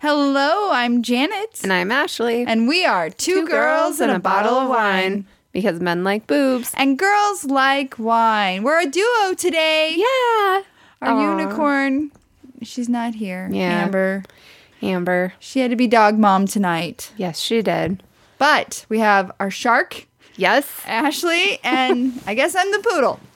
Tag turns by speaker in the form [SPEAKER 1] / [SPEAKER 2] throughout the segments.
[SPEAKER 1] Hello, I'm Janet.
[SPEAKER 2] And I'm Ashley.
[SPEAKER 1] And we are two, girls and a bottle of wine.
[SPEAKER 2] Because men like boobs.
[SPEAKER 1] And girls like wine. We're a duo today.
[SPEAKER 2] Yeah.
[SPEAKER 1] Our
[SPEAKER 2] Aw.
[SPEAKER 1] unicorn, she's not here.
[SPEAKER 2] Yeah.
[SPEAKER 1] Amber.
[SPEAKER 2] Amber.
[SPEAKER 1] She had to be dog mom tonight.
[SPEAKER 2] Yes, she did.
[SPEAKER 1] But we have our shark,
[SPEAKER 2] Yes.
[SPEAKER 1] Ashley, and I guess I'm the poodle.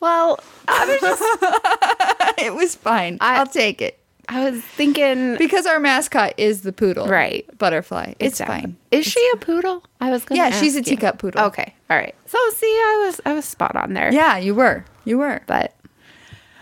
[SPEAKER 2] Well,
[SPEAKER 1] It was fine.
[SPEAKER 2] I-
[SPEAKER 1] I'll take it.
[SPEAKER 2] I was thinking.
[SPEAKER 1] Because our mascot is the poodle.
[SPEAKER 2] Right.
[SPEAKER 1] Butterfly. It's
[SPEAKER 2] Exactly.
[SPEAKER 1] fine.
[SPEAKER 2] Is she a poodle? I was going
[SPEAKER 1] Yeah, she's a
[SPEAKER 2] you.
[SPEAKER 1] teacup poodle.
[SPEAKER 2] Okay. All right. So see, I was I was spot on there.
[SPEAKER 1] Yeah, you were. You were.
[SPEAKER 2] But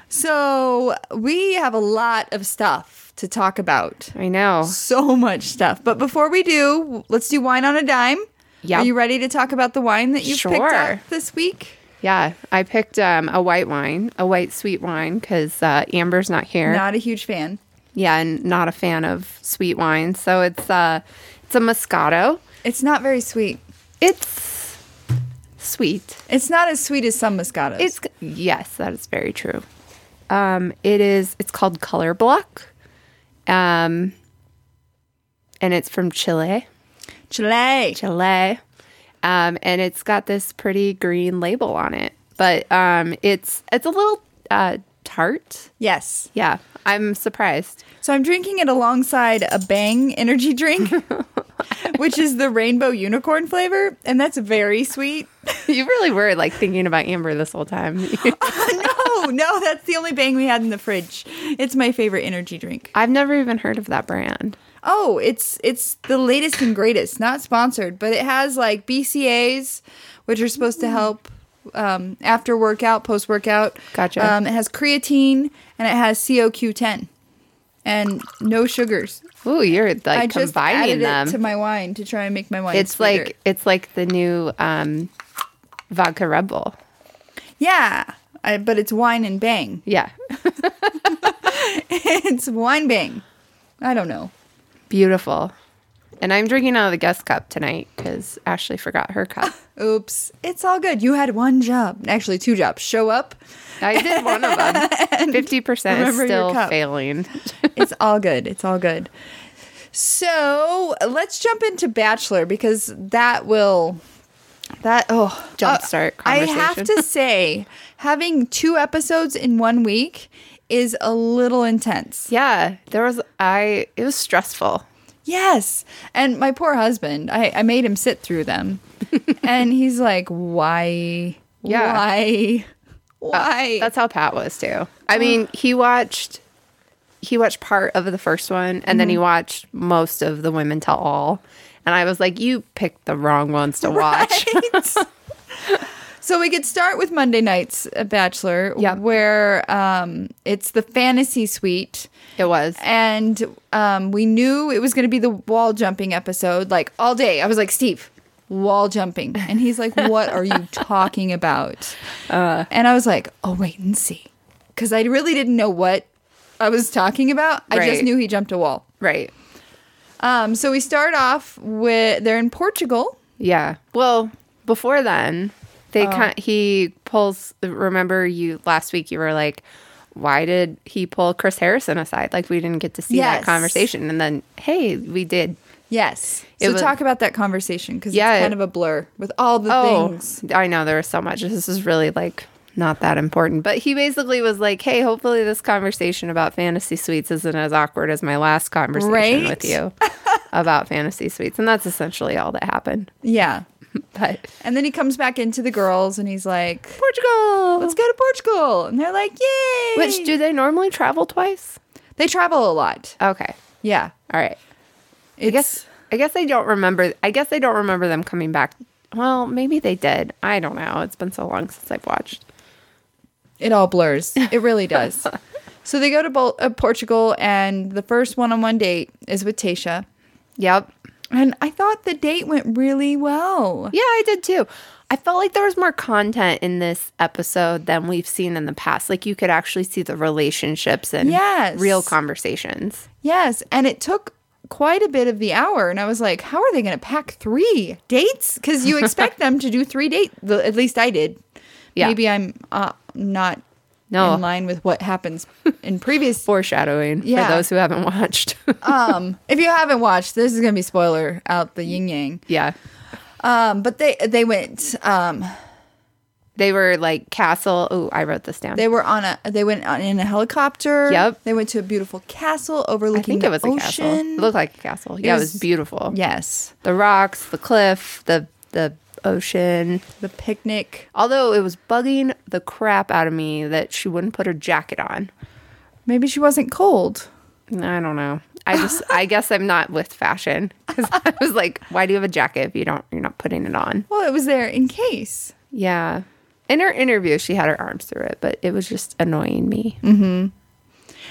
[SPEAKER 1] So we have a lot of stuff to talk about.
[SPEAKER 2] I know.
[SPEAKER 1] So much stuff. But before we do, let's do wine on a dime.
[SPEAKER 2] Yep.
[SPEAKER 1] Are you ready to talk about the wine that you picked
[SPEAKER 2] Sure.
[SPEAKER 1] up this week?
[SPEAKER 2] Yeah, I picked um, a white wine, a white sweet wine, because uh, Amber's not here.
[SPEAKER 1] Not a huge fan.
[SPEAKER 2] Yeah, and not a fan of sweet wine. So it's uh, it's a Moscato.
[SPEAKER 1] It's not very sweet.
[SPEAKER 2] It's sweet.
[SPEAKER 1] It's not as sweet as some Moscatos.
[SPEAKER 2] It's yes, that is very true. Um, it is. It's called Color Block, um, and it's from Chile.
[SPEAKER 1] Chile.
[SPEAKER 2] Chile, um, and it's got this pretty green label on it. But um, it's it's a little uh, tart.
[SPEAKER 1] Yes.
[SPEAKER 2] Yeah, I'm surprised.
[SPEAKER 1] So I'm drinking it alongside a Bang energy drink, which is the rainbow unicorn flavor, and that's very sweet.
[SPEAKER 2] you really were like thinking about Amber this whole time.
[SPEAKER 1] no, no, that's the only Bang we had in the fridge. It's my favorite energy drink.
[SPEAKER 2] I've never even heard of that brand.
[SPEAKER 1] Oh, it's it's the latest and greatest. Not sponsored, but it has like BCAAs, which are supposed
[SPEAKER 2] Hmm.
[SPEAKER 1] to help um, after workout, post workout.
[SPEAKER 2] Gotcha.
[SPEAKER 1] Um, it has creatine and it has CoQ10, and no sugars.
[SPEAKER 2] Ooh, you're like
[SPEAKER 1] I just
[SPEAKER 2] combining
[SPEAKER 1] added
[SPEAKER 2] them.
[SPEAKER 1] it to my wine to try and make my wine.
[SPEAKER 2] it's
[SPEAKER 1] sweeter.
[SPEAKER 2] like it's like the new um, vodka Red Bull.
[SPEAKER 1] yeah, I, but it's wine and bang.
[SPEAKER 2] Yeah.
[SPEAKER 1] it's wine bang. I don't know.
[SPEAKER 2] Beautiful. And I'm drinking out of the guest cup tonight because Ashley forgot her cup.
[SPEAKER 1] Oops, it's all good. You had one job, actually two jobs. Show up.
[SPEAKER 2] I did one of them. 50% is
[SPEAKER 1] remember your
[SPEAKER 2] still
[SPEAKER 1] cup.
[SPEAKER 2] failing.
[SPEAKER 1] it's all good. It's all good. So let's jump into Bachelor because that will that oh
[SPEAKER 2] Jumpstart
[SPEAKER 1] I have
[SPEAKER 2] conversation.
[SPEAKER 1] to say, having two episodes in one week is a little intense.
[SPEAKER 2] Yeah, there was, I, it was stressful.
[SPEAKER 1] Yes, and my poor husband, I, I made him sit through them, and he's like, "Why?
[SPEAKER 2] Yeah. Uh,
[SPEAKER 1] Why? Why?"
[SPEAKER 2] That's how Pat was too. I mean, he watched, he watched part of the first one and then he watched most of the women tell all. And I was like, you picked the wrong ones to watch.
[SPEAKER 1] So we could start with Monday night's uh, Bachelor,
[SPEAKER 2] Yeah.
[SPEAKER 1] where um, it's the fantasy suite,
[SPEAKER 2] It was.
[SPEAKER 1] and um, we knew it was going to be the wall jumping episode. Like all day, I was like, Steve, wall jumping, and he's like, What are you talking about?
[SPEAKER 2] Uh.
[SPEAKER 1] and I was like, Oh, wait and see, because I really didn't know what I was talking about. I just
[SPEAKER 2] Right.
[SPEAKER 1] knew he jumped a wall.
[SPEAKER 2] Right.
[SPEAKER 1] Um, so we start off with they're in Portugal.
[SPEAKER 2] Yeah. Well, before then, they kind he pulls. Remember you last week? You were like, "Why did he pull Chris Harrison aside? Like we didn't get to see
[SPEAKER 1] Yes.
[SPEAKER 2] that conversation." And then, hey, we did.
[SPEAKER 1] Yes.
[SPEAKER 2] It
[SPEAKER 1] so
[SPEAKER 2] was-
[SPEAKER 1] talk about that conversation because
[SPEAKER 2] Yeah, Oh.
[SPEAKER 1] it's
[SPEAKER 2] it-
[SPEAKER 1] kind of a blur with all the things.
[SPEAKER 2] I know there was so much. This is really like not that important. But he basically was like, "Hey, hopefully this conversation about fantasy suites isn't as awkward as my last conversation
[SPEAKER 1] Right?
[SPEAKER 2] with you about fantasy suites." And that's essentially all that happened.
[SPEAKER 1] Yeah.
[SPEAKER 2] But
[SPEAKER 1] And then he comes back into the girls and he's like,
[SPEAKER 2] Portugal.
[SPEAKER 1] let's go to Portugal. And they're like, yay.
[SPEAKER 2] Which do they normally travel twice?
[SPEAKER 1] they travel a lot.
[SPEAKER 2] Okay.
[SPEAKER 1] Yeah.
[SPEAKER 2] All right.
[SPEAKER 1] It's,
[SPEAKER 2] I guess I guess I don't remember I guess I don't remember them coming back. Well, maybe they did. I don't know. It's been so long since I've watched.
[SPEAKER 1] it all blurs. It really does. so they go to Bol- uh, Portugal and the first one on one date is with Tasha.
[SPEAKER 2] Yep.
[SPEAKER 1] And I thought the date went really well.
[SPEAKER 2] Yeah, I did too. I felt like there was more content in this episode than we've seen in the past. Like you could actually see the relationships and
[SPEAKER 1] Yes.
[SPEAKER 2] real conversations.
[SPEAKER 1] Yes, and it took quite a bit of the hour, and I was like, "How are they going to pack three dates? Because you expect them to do three dates. At least I did.
[SPEAKER 2] Yeah.
[SPEAKER 1] Maybe I'm uh, not
[SPEAKER 2] No.
[SPEAKER 1] in line with what happens in previous.
[SPEAKER 2] Foreshadowing
[SPEAKER 1] Yeah.
[SPEAKER 2] for those who haven't watched.
[SPEAKER 1] um, if you haven't watched, this is going to be spoiler out the yin yang.
[SPEAKER 2] yeah.
[SPEAKER 1] Um, but they they went um
[SPEAKER 2] They were like castle. Oh, I wrote this down.
[SPEAKER 1] they were on a they went on, in a helicopter.
[SPEAKER 2] Yep.
[SPEAKER 1] They went to a beautiful castle overlooking
[SPEAKER 2] I think
[SPEAKER 1] the
[SPEAKER 2] it was a castle. It
[SPEAKER 1] ocean.
[SPEAKER 2] looked like a castle. Yeah, it was,
[SPEAKER 1] was-
[SPEAKER 2] beautiful.
[SPEAKER 1] yes,
[SPEAKER 2] The rocks, the cliff, the the ocean.
[SPEAKER 1] the picnic.
[SPEAKER 2] Although it was bugging the crap out of me that she wouldn't put her jacket on.
[SPEAKER 1] Maybe she wasn't cold.
[SPEAKER 2] I don't know. I just I guess I'm not with fashion cuz I was like, why do you have a jacket if you don't you're not putting it on?
[SPEAKER 1] Well, it was there in case.
[SPEAKER 2] Yeah. In her interview, she had her arms through it, but it was just annoying me.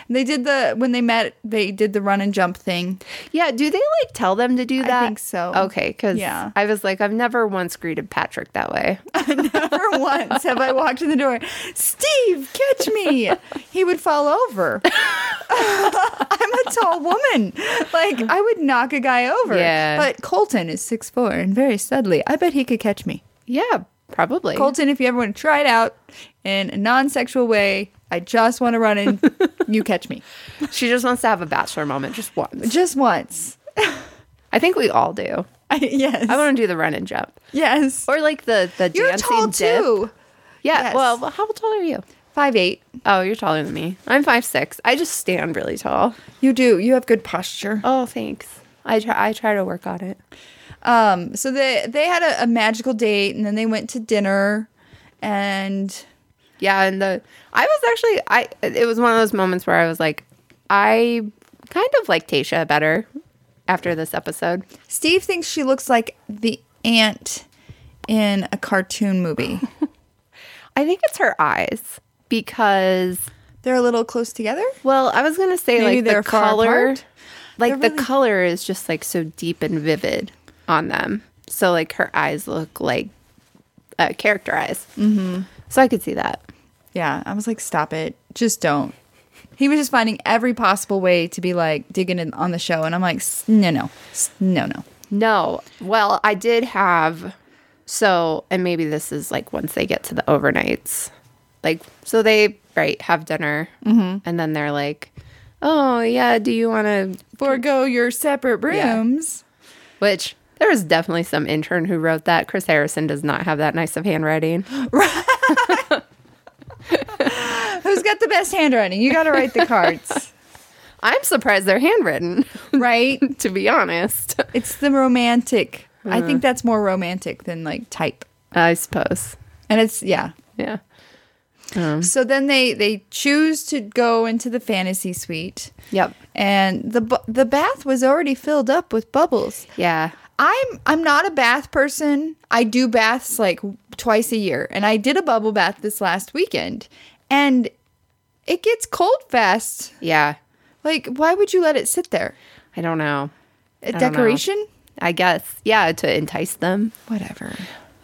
[SPEAKER 1] They did the when they met. They did the run and jump thing.
[SPEAKER 2] Yeah, do they like tell them to do that?
[SPEAKER 1] think so.
[SPEAKER 2] Okay, because
[SPEAKER 1] Yeah.
[SPEAKER 2] I was like, I've never once greeted Patrick that way.
[SPEAKER 1] Never once have I walked in the door. Steve, catch me! He would fall over. I'm a tall woman. Like I would knock a guy over.
[SPEAKER 2] Yeah.
[SPEAKER 1] But Colton is six four and very studly. I bet he could catch me.
[SPEAKER 2] Yeah, probably.
[SPEAKER 1] Colton, if you ever want to try it out in a non-sexual way, I just want to run in. you catch me,
[SPEAKER 2] She just wants to have a bachelor moment just once.
[SPEAKER 1] just once.
[SPEAKER 2] I think we all do.
[SPEAKER 1] I, yes.
[SPEAKER 2] I want to do the run and jump
[SPEAKER 1] yes.
[SPEAKER 2] or like the the
[SPEAKER 1] You're
[SPEAKER 2] dancing
[SPEAKER 1] tall
[SPEAKER 2] dip.
[SPEAKER 1] too.
[SPEAKER 2] Yeah.
[SPEAKER 1] Yes.
[SPEAKER 2] Well, how tall are you?
[SPEAKER 1] Five eight.
[SPEAKER 2] Oh, you're taller than me. I'm five six. I just stand really tall.
[SPEAKER 1] You do. You have good posture.
[SPEAKER 2] Oh, thanks. I try. I try to work on it.
[SPEAKER 1] Um, so they they had a, a magical date, and then they went to dinner, and
[SPEAKER 2] Yeah, and the I was actually I. It was one of those moments where I was like, I kind of like Tasha better after this episode.
[SPEAKER 1] Steve thinks she looks like the aunt in a cartoon movie.
[SPEAKER 2] I think it's her eyes because
[SPEAKER 1] They're a little close together.
[SPEAKER 2] Well, I was gonna say
[SPEAKER 1] Maybe
[SPEAKER 2] like
[SPEAKER 1] they're
[SPEAKER 2] the
[SPEAKER 1] far
[SPEAKER 2] color,
[SPEAKER 1] apart?
[SPEAKER 2] like
[SPEAKER 1] They're
[SPEAKER 2] the
[SPEAKER 1] really-
[SPEAKER 2] color is just like so deep and vivid on them. So like her eyes look like uh, character eyes. Mm-hmm. So I could see that.
[SPEAKER 1] Yeah, I was like, stop it, just don't. He was just finding every possible way to be like digging in on the show, and I'm like, "S- no, no, S- no, no.
[SPEAKER 2] No, well, I did have so, and maybe this is like once they get to the overnights, like so they right have dinner, and then they're like, oh yeah, do you want to?
[SPEAKER 1] Forgo your separate rooms.
[SPEAKER 2] Which there was definitely some intern who wrote that. Chris Harrison does not have that nice of handwriting.
[SPEAKER 1] Who's got the best handwriting? You got to write the cards,
[SPEAKER 2] I'm surprised they're handwritten,
[SPEAKER 1] right?
[SPEAKER 2] to be honest.
[SPEAKER 1] It's the romantic. I think that's more romantic than like type.
[SPEAKER 2] I suppose.
[SPEAKER 1] And it's yeah.
[SPEAKER 2] Yeah. Mm-hmm.
[SPEAKER 1] So then they they choose to go into the fantasy suite.
[SPEAKER 2] Yep.
[SPEAKER 1] And the bu- the bath was already filled up with bubbles.
[SPEAKER 2] Yeah.
[SPEAKER 1] I'm I'm not a bath person. I do baths like twice a year, and I did a bubble bath this last weekend, and it gets cold fast.
[SPEAKER 2] Yeah.
[SPEAKER 1] Like, why would you let it sit there?
[SPEAKER 2] I don't know.
[SPEAKER 1] A
[SPEAKER 2] don't know.
[SPEAKER 1] decoration,
[SPEAKER 2] I guess. Yeah, to entice them.
[SPEAKER 1] whatever.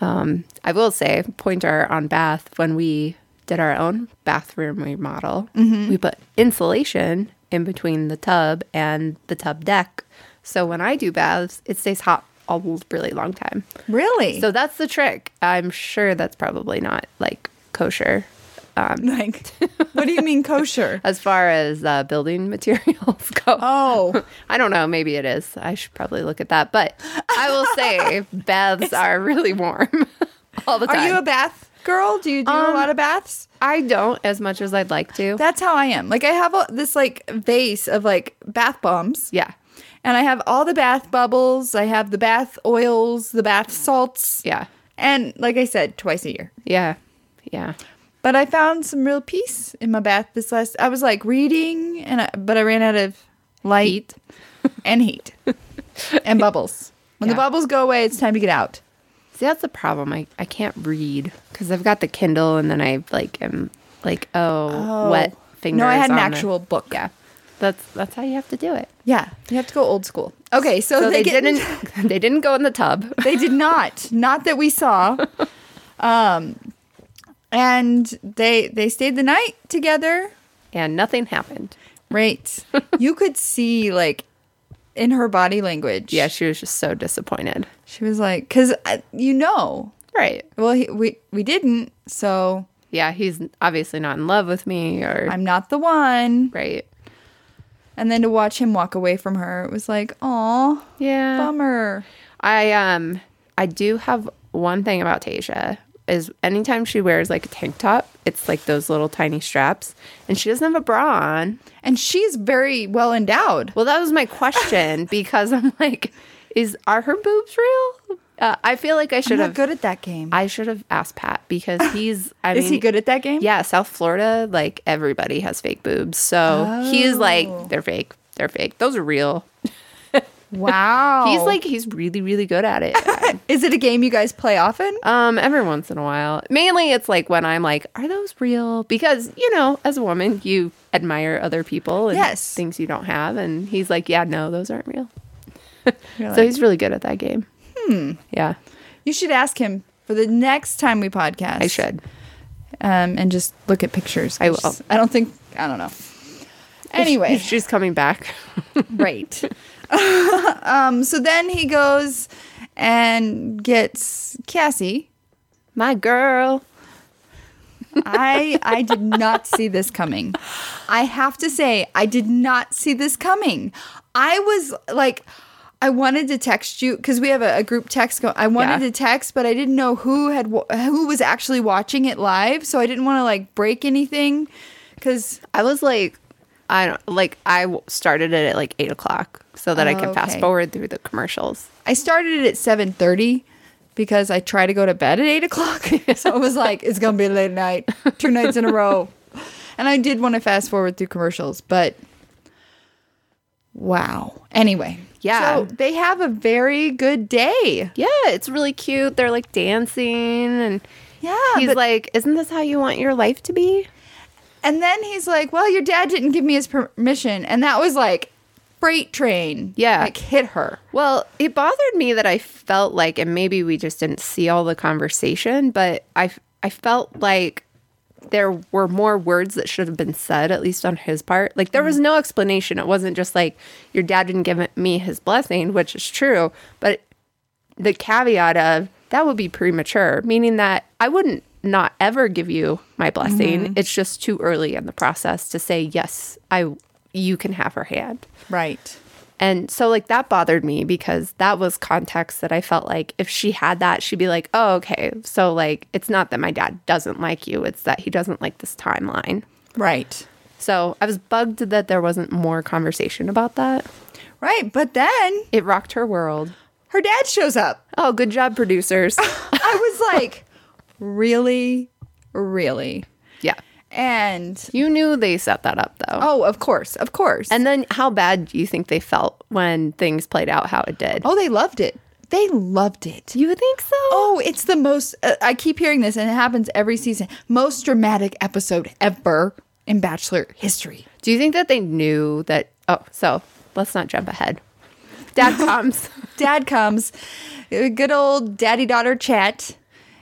[SPEAKER 2] Um, I will say, pointer on bath, when we did our own bathroom remodel,
[SPEAKER 1] Mm-hmm.
[SPEAKER 2] we put insulation in between the tub and the tub deck. So when I do baths, it stays hot a really long time.
[SPEAKER 1] Really?
[SPEAKER 2] So that's the trick. I'm sure that's probably not like kosher Um,
[SPEAKER 1] like, what do you mean kosher?
[SPEAKER 2] as far as uh, building materials go.
[SPEAKER 1] Oh.
[SPEAKER 2] I don't know. Maybe it is. I should probably look at that. But I will say, baths are really warm all the time.
[SPEAKER 1] Are you a bath girl? Do you do
[SPEAKER 2] Um,
[SPEAKER 1] a lot of baths?
[SPEAKER 2] I don't as much as I'd like to.
[SPEAKER 1] That's how I am. Like I have a, this like vase of like bath bombs.
[SPEAKER 2] yeah.
[SPEAKER 1] And I have all the bath bubbles, I have the bath oils, the bath salts.
[SPEAKER 2] Yeah.
[SPEAKER 1] And like I said, twice a year.
[SPEAKER 2] Yeah. Yeah.
[SPEAKER 1] But I found some real peace in my bath this last I was like reading and I, but I ran out of light and heat and bubbles. When the
[SPEAKER 2] Yeah.
[SPEAKER 1] bubbles go away, it's time to get out.
[SPEAKER 2] See, that's the problem. I, I can't read because I've got the Kindle and then I like am like, oh,
[SPEAKER 1] Oh.
[SPEAKER 2] wet fingers.
[SPEAKER 1] No, I had an
[SPEAKER 2] on the-
[SPEAKER 1] actual book.
[SPEAKER 2] yeah. That's that's how you have to do it.
[SPEAKER 1] Yeah, you have to go old school. Okay, so,
[SPEAKER 2] So they,
[SPEAKER 1] Oh, get-
[SPEAKER 2] didn't they didn't go in the tub.
[SPEAKER 1] They did not. Not that we saw. Um, and they they stayed the night together.
[SPEAKER 2] And nothing happened.
[SPEAKER 1] Right. You could see like in her body language.
[SPEAKER 2] Yeah, she was just so disappointed.
[SPEAKER 1] She was like, because you know,
[SPEAKER 2] Right.
[SPEAKER 1] well, he, we we didn't, so
[SPEAKER 2] Yeah, he's obviously not in love with me or
[SPEAKER 1] I'm not the one.
[SPEAKER 2] right.
[SPEAKER 1] And then to watch him walk away from her, it was like, oh,
[SPEAKER 2] Yeah.
[SPEAKER 1] bummer.
[SPEAKER 2] I um I do have one thing about Tasia is anytime she wears like a tank top, it's like those little tiny straps and she doesn't have a bra on.
[SPEAKER 1] And she's very well endowed.
[SPEAKER 2] Well, that was my question because I'm like is are her boobs real? Uh, I feel like I should
[SPEAKER 1] I'm not
[SPEAKER 2] have
[SPEAKER 1] good at that game.
[SPEAKER 2] I should have asked Pat because he's I
[SPEAKER 1] Is
[SPEAKER 2] mean
[SPEAKER 1] he good at that game?
[SPEAKER 2] Yeah, South Florida, like everybody has fake boobs. So he's
[SPEAKER 1] Oh.
[SPEAKER 2] like, they're fake. They're fake. Those are real.
[SPEAKER 1] Wow.
[SPEAKER 2] He's like, he's really, really good at it.
[SPEAKER 1] is it a game you guys play often?
[SPEAKER 2] um, every once in a while. Mainly it's like when I'm like, are those real? Because, you know, as a woman, you admire other people and
[SPEAKER 1] Yes.
[SPEAKER 2] things you don't have. And he's like, yeah, no, those aren't real.
[SPEAKER 1] You're
[SPEAKER 2] so
[SPEAKER 1] like-
[SPEAKER 2] he's really good at that game. Hmm. Yeah,
[SPEAKER 1] You should ask him for the next time we podcast.
[SPEAKER 2] I should.
[SPEAKER 1] Um, and just look at pictures.
[SPEAKER 2] I will.
[SPEAKER 1] Just- I don't think. I don't know. Anyway,
[SPEAKER 2] She's coming back.
[SPEAKER 1] right. um, so then he goes and gets Cassie.
[SPEAKER 2] My girl.
[SPEAKER 1] I I did not see this coming. I have to say, I did not see this coming. I was like, I wanted to text you because we have a, a group text. Go- I wanted
[SPEAKER 2] Yeah.
[SPEAKER 1] to text, but I didn't know who had wa- who was actually watching it live, so I didn't want to like break anything. Because
[SPEAKER 2] I was like, I don't like. I w- started it at like eight o'clock so that I could
[SPEAKER 1] Oh,
[SPEAKER 2] fast
[SPEAKER 1] okay.
[SPEAKER 2] forward through the commercials.
[SPEAKER 1] I started it at seven thirty because I try to go to bed at eight o'clock, so I was like, it's gonna be a late night, two nights in a row, and I did want to fast forward through commercials, but wow. Anyway,
[SPEAKER 2] Yeah.
[SPEAKER 1] so they have a very good day.
[SPEAKER 2] Yeah, it's really cute. They're like dancing, and
[SPEAKER 1] Yeah,
[SPEAKER 2] he's
[SPEAKER 1] but-
[SPEAKER 2] like, "Isn't this how you want your life to be?"
[SPEAKER 1] and then he's like, well, your dad didn't give me his permission, and that was like freight train.
[SPEAKER 2] Yeah.
[SPEAKER 1] like hit her.
[SPEAKER 2] Well, it bothered me that I felt like, and maybe we just didn't see all the conversation, but I f- I felt like there were more words that should have been said, at least on his part. Like there was no explanation. It wasn't just like your dad didn't give me his blessing, which is true, but the caveat of that would be premature, meaning that I wouldn't not ever give you my blessing. It's just too early in the process to say yes. I you can have her hand.
[SPEAKER 1] Right.
[SPEAKER 2] And so, like, that bothered me because that was context that I felt like if she had that, she'd be like, oh, okay. So, like, it's not that my dad doesn't like you, it's that he doesn't like this timeline.
[SPEAKER 1] Right.
[SPEAKER 2] So, I was bugged that there wasn't more conversation about that.
[SPEAKER 1] Right. But then
[SPEAKER 2] It rocked her world.
[SPEAKER 1] her dad shows up.
[SPEAKER 2] Oh, good job, producers.
[SPEAKER 1] I was like, really, really.
[SPEAKER 2] yeah.
[SPEAKER 1] And
[SPEAKER 2] You knew they set that up, though.
[SPEAKER 1] oh, of course, of course.
[SPEAKER 2] And then, how bad do you think they felt when things played out how it did?
[SPEAKER 1] oh, they loved it. They loved it.
[SPEAKER 2] you think so?
[SPEAKER 1] Oh, it's the most. Uh, I keep hearing this, and it happens every season. Most dramatic episode ever in Bachelor history.
[SPEAKER 2] Do you think that they knew that? Oh, so let's not jump ahead. Dad comes.
[SPEAKER 1] Dad comes, uh, good old daddy daughter chat,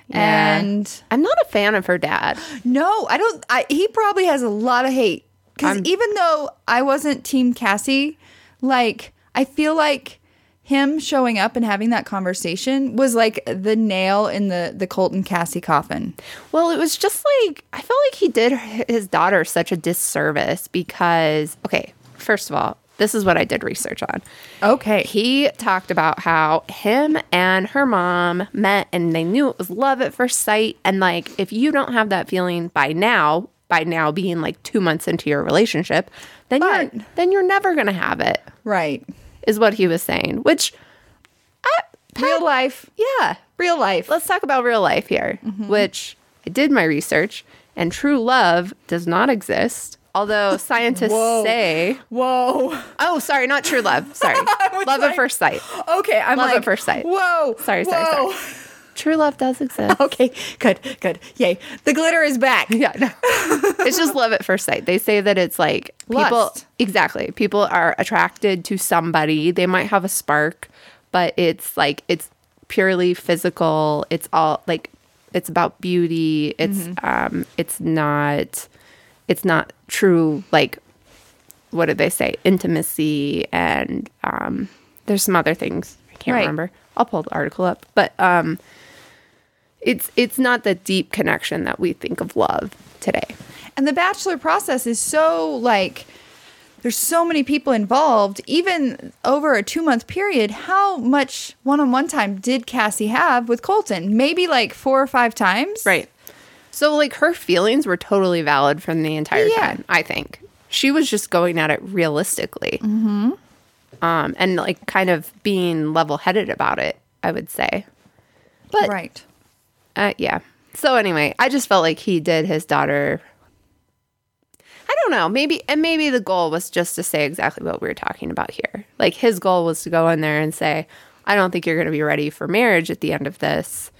[SPEAKER 2] Yeah.
[SPEAKER 1] and
[SPEAKER 2] I'm not a fan of her dad.
[SPEAKER 1] no, I don't. I, he probably has a lot of hate because
[SPEAKER 2] I'm-
[SPEAKER 1] even though I wasn't Team Cassie, like I feel like him showing up and having that conversation was like the nail in the the Colton Cassie coffin.
[SPEAKER 2] Well, it was just like I felt like he did his daughter such a disservice because okay, first of all, this is what I did research on.
[SPEAKER 1] Okay.
[SPEAKER 2] He talked about how him and her mom met and they knew it was love at first sight and like if you don't have that feeling by now, by now being like 2 months into your relationship, then
[SPEAKER 1] But-
[SPEAKER 2] you're then you're never going to have it.
[SPEAKER 1] Right.
[SPEAKER 2] Is what he was saying, which
[SPEAKER 1] Real life.
[SPEAKER 2] yeah, Mm-hmm.
[SPEAKER 1] Real life.
[SPEAKER 2] let's talk about real life here, which I did my research, and true love does not exist. Although scientists
[SPEAKER 1] Whoa.
[SPEAKER 2] say,
[SPEAKER 1] Whoa.
[SPEAKER 2] oh, sorry, not true love. Sorry, love
[SPEAKER 1] was
[SPEAKER 2] at
[SPEAKER 1] like-
[SPEAKER 2] first sight.
[SPEAKER 1] Okay. I'm
[SPEAKER 2] Love at
[SPEAKER 1] like
[SPEAKER 2] first sight.
[SPEAKER 1] Whoa.
[SPEAKER 2] Sorry, sorry,
[SPEAKER 1] whoa.
[SPEAKER 2] sorry. True love does exist.
[SPEAKER 1] Okay, good, good. Yay. The glitter is back.
[SPEAKER 2] Yeah, no. it's just love at first sight. They say that it's like people
[SPEAKER 1] Lust.
[SPEAKER 2] exactly. People are attracted to somebody. They might have a spark, but it's like it's purely physical. It's all like it's about beauty. It's um it's not it's not true like what did they say? Intimacy and um there's some other things I can't
[SPEAKER 1] Right.
[SPEAKER 2] remember. I'll pull the article up. But um it's it's not the deep connection that we think of love today.
[SPEAKER 1] And the bachelor process is so like there's so many people involved, even over a two month period. How much one on one time did Cassie have with Colton? Maybe like four or five times.
[SPEAKER 2] So like her feelings were totally valid from the entire
[SPEAKER 1] Yeah.
[SPEAKER 2] time, I think. She was just going at it realistically. Mm-hmm. Um, and like kind of being level headed about it, I would say. But
[SPEAKER 1] Right.
[SPEAKER 2] uh, yeah. So anyway, I just felt like he did his daughter. I don't know. Maybe and maybe the goal was just to say exactly what we were talking about here. Like his goal was to go in there and say, "I don't think you're going to be ready for marriage at the end of this."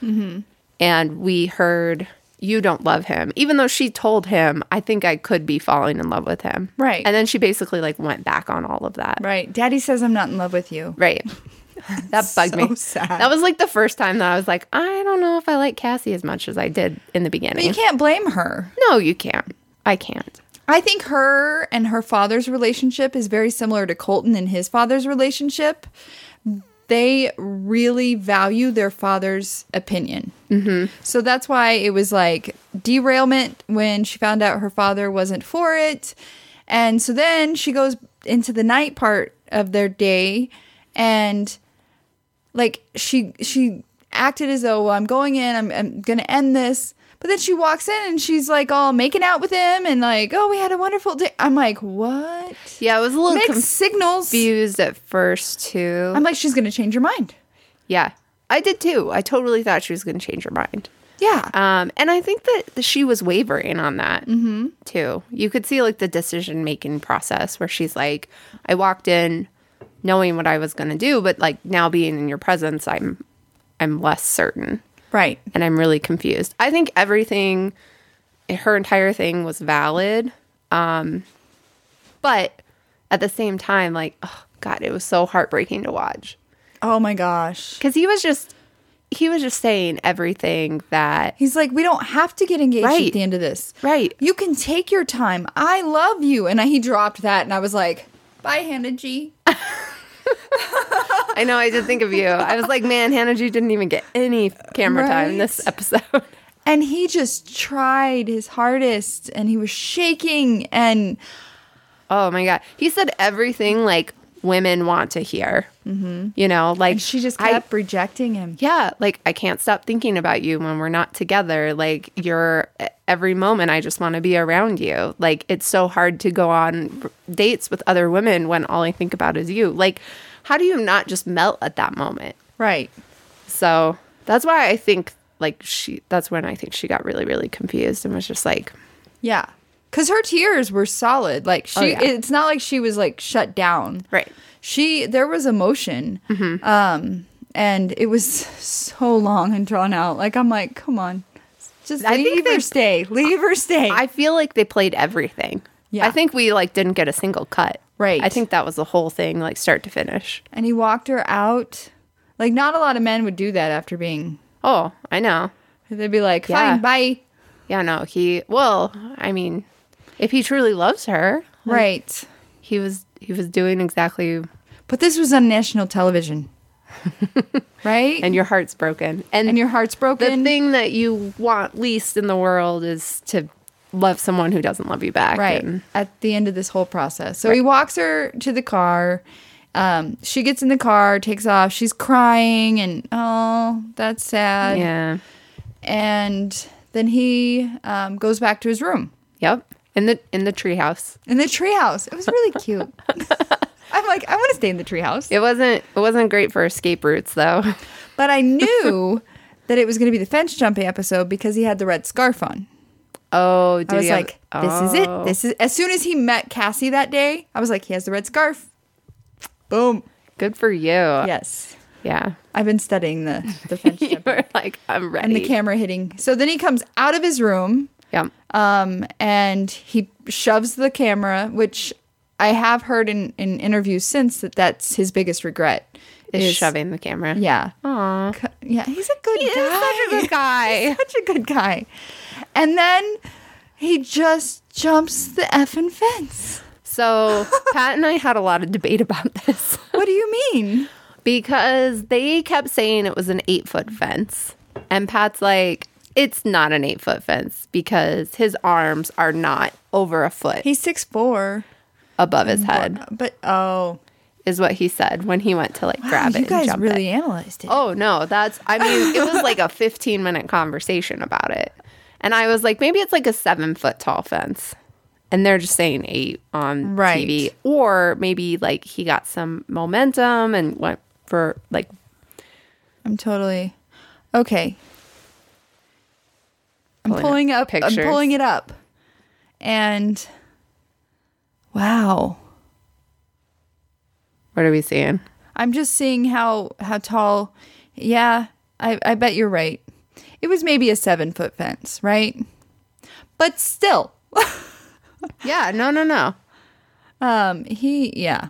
[SPEAKER 2] And we heard you don't love him, even though she told him, "I think I could be falling in love with him."
[SPEAKER 1] Right.
[SPEAKER 2] And then she basically like went back on all of that.
[SPEAKER 1] Right. Daddy says I'm not in love with you.
[SPEAKER 2] Right. That bugged
[SPEAKER 1] So
[SPEAKER 2] me.
[SPEAKER 1] sad.
[SPEAKER 2] That was like the first time that I was like, I don't know if I like Cassie as much as I did in the
[SPEAKER 1] But you
[SPEAKER 2] beginning.
[SPEAKER 1] can't blame her.
[SPEAKER 2] no, you can't. I can't.
[SPEAKER 1] I think her and her father's relationship is very similar to Colton and his father's relationship. They really value their father's opinion. Mm-hmm. So that's why it was like derailment when she found out her father wasn't for it. And so then she goes into the night part of their day and like she she acted as though well, I'm going in, I'm, I'm gonna end this. But then she walks in and she's like all making out with him and like, oh, we had a wonderful day. I'm like, what?
[SPEAKER 2] Yeah, I was a little
[SPEAKER 1] Mixed signals.
[SPEAKER 2] confused at first too.
[SPEAKER 1] I'm like, she's gonna change her mind.
[SPEAKER 2] yeah, I did too. I totally thought she was going to change her mind.
[SPEAKER 1] Yeah,
[SPEAKER 2] Um, and I think that that she was wavering on that mm-hmm. too. You could see like the decision making process where she's like, I walked in knowing what I was going to do, but like now being in your presence, I'm I'm less certain.
[SPEAKER 1] right.
[SPEAKER 2] and I'm really confused. I think everything, her entire thing was valid. Um, but at the same time, like, oh, God, it was so heartbreaking to watch
[SPEAKER 1] Oh my gosh.
[SPEAKER 2] because he was just, he was just saying everything that,
[SPEAKER 1] He's like, we don't have to get engaged
[SPEAKER 2] Right.
[SPEAKER 1] at the end of this.
[SPEAKER 2] Right.
[SPEAKER 1] You can take your time. I love you. And I, he dropped that, and I was like, bye, Hannah G.
[SPEAKER 2] I know I did think of you. I was like, man, Hannah G didn't even get any camera time this
[SPEAKER 1] Right.
[SPEAKER 2] episode.
[SPEAKER 1] And he just tried his hardest, and he was shaking, and
[SPEAKER 2] oh my God. He said everything like women want to hear, mm-hmm. you know, like
[SPEAKER 1] she just
[SPEAKER 2] I-
[SPEAKER 1] kept rejecting him.
[SPEAKER 2] yeah, like I can't stop thinking about you when we're not together. Like you're e, every moment I just want to be around you. Like it's so hard to go on dates with other women when all I think about is you. Like how do you not just melt at that moment?
[SPEAKER 1] Right.
[SPEAKER 2] So that's why I think like she that's when I think she got really really confused and was just like
[SPEAKER 1] Yeah. Cause her tears were solid. Like she,
[SPEAKER 2] Oh, yeah.
[SPEAKER 1] it's not like she was like shut down.
[SPEAKER 2] Right. Mm-hmm.
[SPEAKER 1] She, there was emotion. Um, and it was so long and drawn out. Like I'm like, come on, just
[SPEAKER 2] I think
[SPEAKER 1] leave
[SPEAKER 2] they-
[SPEAKER 1] her stay. Leave her stay.
[SPEAKER 2] I feel like they played everything.
[SPEAKER 1] Yeah.
[SPEAKER 2] I think we like didn't get a single cut.
[SPEAKER 1] Right.
[SPEAKER 2] I think that was the whole thing like start to finish.
[SPEAKER 1] and he walked her out. Like not a lot of men would do that after being.
[SPEAKER 2] Oh, I know.
[SPEAKER 1] They'd be like,
[SPEAKER 2] Yeah.
[SPEAKER 1] fine, bye.
[SPEAKER 2] Yeah, no, he well, I mean, if he truly loves her,
[SPEAKER 1] Right.
[SPEAKER 2] he was he was doing exactly
[SPEAKER 1] But this was on national television, right?
[SPEAKER 2] and your heart's broken. And,
[SPEAKER 1] and your heart's
[SPEAKER 2] the
[SPEAKER 1] broken.
[SPEAKER 2] thing that you want least in the world is to love someone who doesn't love you back.
[SPEAKER 1] right
[SPEAKER 2] And
[SPEAKER 1] at the end of this whole process so he walks her to the car um, she gets in the car takes off she's crying and oh that's sad
[SPEAKER 2] yeah.
[SPEAKER 1] and then he um, goes back to his room
[SPEAKER 2] Yep. In the in the treehouse.
[SPEAKER 1] in the treehouse it was really cute i'm like i want to stay in the treehouse
[SPEAKER 2] It wasn't it wasn't great for escape routes though.
[SPEAKER 1] but i knew that it was going to be the fence jumping episode because he had the red scarf on
[SPEAKER 2] Oh, did
[SPEAKER 1] I was
[SPEAKER 2] he have-
[SPEAKER 1] like, this is
[SPEAKER 2] Oh.
[SPEAKER 1] it. This is as soon as he met Cassie that day, I was like, he has the red scarf. Boom.
[SPEAKER 2] good for you.
[SPEAKER 1] Yes.
[SPEAKER 2] Yeah.
[SPEAKER 1] I've been studying the, the French
[SPEAKER 2] You
[SPEAKER 1] Shepherd
[SPEAKER 2] were like, I'm ready.
[SPEAKER 1] and the camera hitting. So then he comes out of his room
[SPEAKER 2] Yeah.
[SPEAKER 1] um, and he shoves the camera, which I have heard in, in interviews since that that's his biggest regret.
[SPEAKER 2] Is, shoving the camera.
[SPEAKER 1] Yeah.
[SPEAKER 2] Aw.
[SPEAKER 1] C- Yeah, he's a good
[SPEAKER 2] He's
[SPEAKER 1] guy.
[SPEAKER 2] such a good guy.
[SPEAKER 1] such a good guy. And then he just jumps the effing fence.
[SPEAKER 2] So Pat and I had a lot of debate about this
[SPEAKER 1] What do you mean?
[SPEAKER 2] because they kept saying it was an eight foot fence. And Pat's like, it's not an eight foot fence because his arms are not over a foot
[SPEAKER 1] He's six four,
[SPEAKER 2] above his head,
[SPEAKER 1] Uh, but oh,
[SPEAKER 2] is what he said when he went to like grab
[SPEAKER 1] wow,
[SPEAKER 2] it
[SPEAKER 1] you guys
[SPEAKER 2] and jump
[SPEAKER 1] really
[SPEAKER 2] it.
[SPEAKER 1] analyzed it.
[SPEAKER 2] Oh no, that's I mean, it was like a 15 minute conversation about it. And I was like, maybe it's like a seven foot tall fence. And they're just saying eight on
[SPEAKER 1] Right.
[SPEAKER 2] TV. Or maybe like he got some momentum and went for like
[SPEAKER 1] I'm totally okay. I'm
[SPEAKER 2] Pulling up
[SPEAKER 1] pulling up.
[SPEAKER 2] pictures.
[SPEAKER 1] I'm pulling it up, and wow,
[SPEAKER 2] what are we seeing?
[SPEAKER 1] I'm just seeing how how tall. Yeah, I I bet you're right. It was maybe a seven foot fence, right? But still,
[SPEAKER 2] Yeah, no, no, no.
[SPEAKER 1] um, he yeah,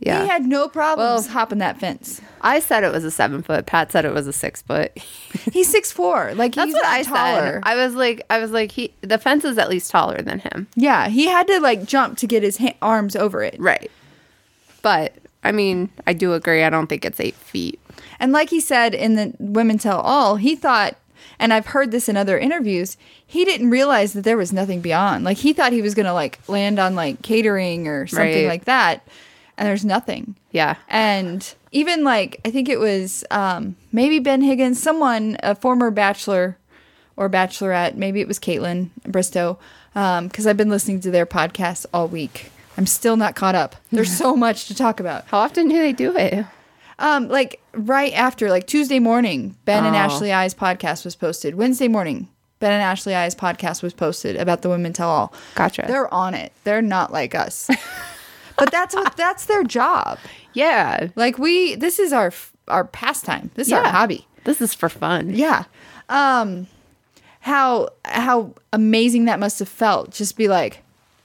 [SPEAKER 2] Yeah.
[SPEAKER 1] he had no problems hopping that fence.
[SPEAKER 2] I said it was a seven foot. Pat said it was a six foot.
[SPEAKER 1] He's six four, like
[SPEAKER 2] That's
[SPEAKER 1] he's
[SPEAKER 2] what
[SPEAKER 1] not
[SPEAKER 2] I
[SPEAKER 1] taller.
[SPEAKER 2] said. I was like I was like he the fence is at least taller than him.
[SPEAKER 1] yeah, he had to like jump to get his ha- arms over it.
[SPEAKER 2] Right. But I mean, I do agree. I don't think it's eight feet.
[SPEAKER 1] And like he said in the Women Tell All, he thought, and I've heard this in other interviews, he didn't realize that there was nothing beyond. Like he thought he was going to like land on like catering or something
[SPEAKER 2] Right.
[SPEAKER 1] like that, and there's nothing.
[SPEAKER 2] Yeah.
[SPEAKER 1] And even like I think it was um, maybe Ben Higgins, someone, a former bachelor or bachelorette, maybe it was Caitlin Bristow, because I've been listening to their podcast all week. I'm still not caught up. There's so much to talk about.
[SPEAKER 2] How often do they do it?
[SPEAKER 1] Um, like right after, like Tuesday morning, Ben and
[SPEAKER 2] Oh.
[SPEAKER 1] Ashley I's podcast was posted. Wednesday morning, Ben and Ashley I's podcast was posted about the women tell all.
[SPEAKER 2] Gotcha.
[SPEAKER 1] They're on it. They're not like us. but that's what that's their job.
[SPEAKER 2] Yeah.
[SPEAKER 1] Like we, this is our f- our pastime. This is
[SPEAKER 2] Yeah.
[SPEAKER 1] our hobby.
[SPEAKER 2] This is for fun.
[SPEAKER 1] Yeah. Um, how how amazing that must have felt. Just be like,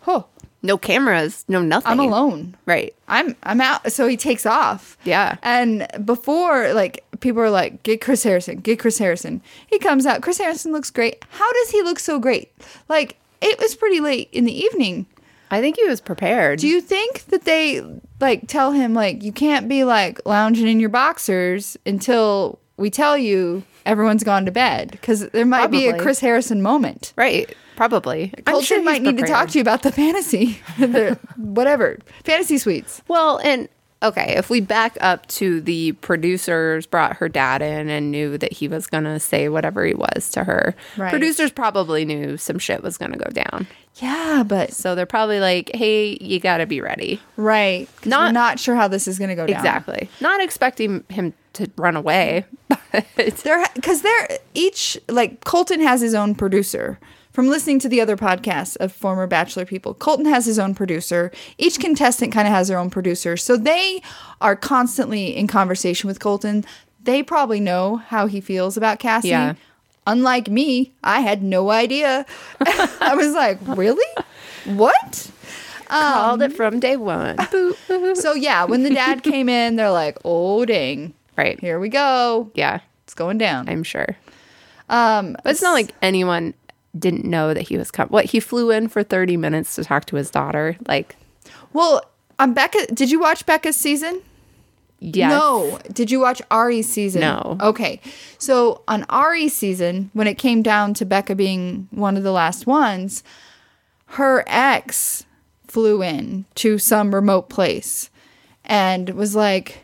[SPEAKER 1] oh,
[SPEAKER 2] No cameras, no nothing.
[SPEAKER 1] I'm alone.
[SPEAKER 2] Right.
[SPEAKER 1] I'm I'm out. So he takes off.
[SPEAKER 2] Yeah.
[SPEAKER 1] And before, like, people are like, get Chris Harrison, get Chris Harrison. He comes out. Chris Harrison looks great. How does he look so great? Like, it was pretty late in the evening.
[SPEAKER 2] I think he was prepared.
[SPEAKER 1] Do you think that they like tell him like you can't be like lounging in your boxers until we tell you everyone's gone to bed? Because there might be a
[SPEAKER 2] Probably.
[SPEAKER 1] Chris Harrison moment.
[SPEAKER 2] right. Probably.
[SPEAKER 1] Colton might need to talk to you about the fantasy, the, whatever fantasy suites.
[SPEAKER 2] Well, and okay, if we back up to the producers brought her dad in and knew that he was going to say whatever he was to her,
[SPEAKER 1] Right.
[SPEAKER 2] producers probably knew some shit was going to go down.
[SPEAKER 1] Yeah, but
[SPEAKER 2] So they're probably like, hey, you got to be ready.
[SPEAKER 1] Right. Not,
[SPEAKER 2] Not-
[SPEAKER 1] we're not sure how this is going to go down.
[SPEAKER 2] Exactly. Not expecting him to run away, but
[SPEAKER 1] They're because they're each like Colton has his own producer. From listening to the other podcasts of former Bachelor people, Colton has his own producer. Each contestant kind of has their own producer, so they are constantly in conversation with Colton. They probably know how he feels about Cassie.
[SPEAKER 2] Yeah.
[SPEAKER 1] Unlike me, I had no idea. I was like, really? What? Um,
[SPEAKER 2] called it from day one.
[SPEAKER 1] So yeah, when the dad came in, they're like, oh dang,
[SPEAKER 2] right.
[SPEAKER 1] here we go.
[SPEAKER 2] Yeah.
[SPEAKER 1] It's going down.
[SPEAKER 2] I'm sure.
[SPEAKER 1] Um,
[SPEAKER 2] But it's not like anyone didn't know that he was coming. What he flew in for 30 minutes to talk to his daughter. Like,
[SPEAKER 1] well, um, Becca, did you watch Becca's season?
[SPEAKER 2] yes.
[SPEAKER 1] No. Did you watch Ari's season?
[SPEAKER 2] No.
[SPEAKER 1] Okay. So on Ari's season, when it came down to Becca being one of the last ones, her ex flew in to some remote place and was like,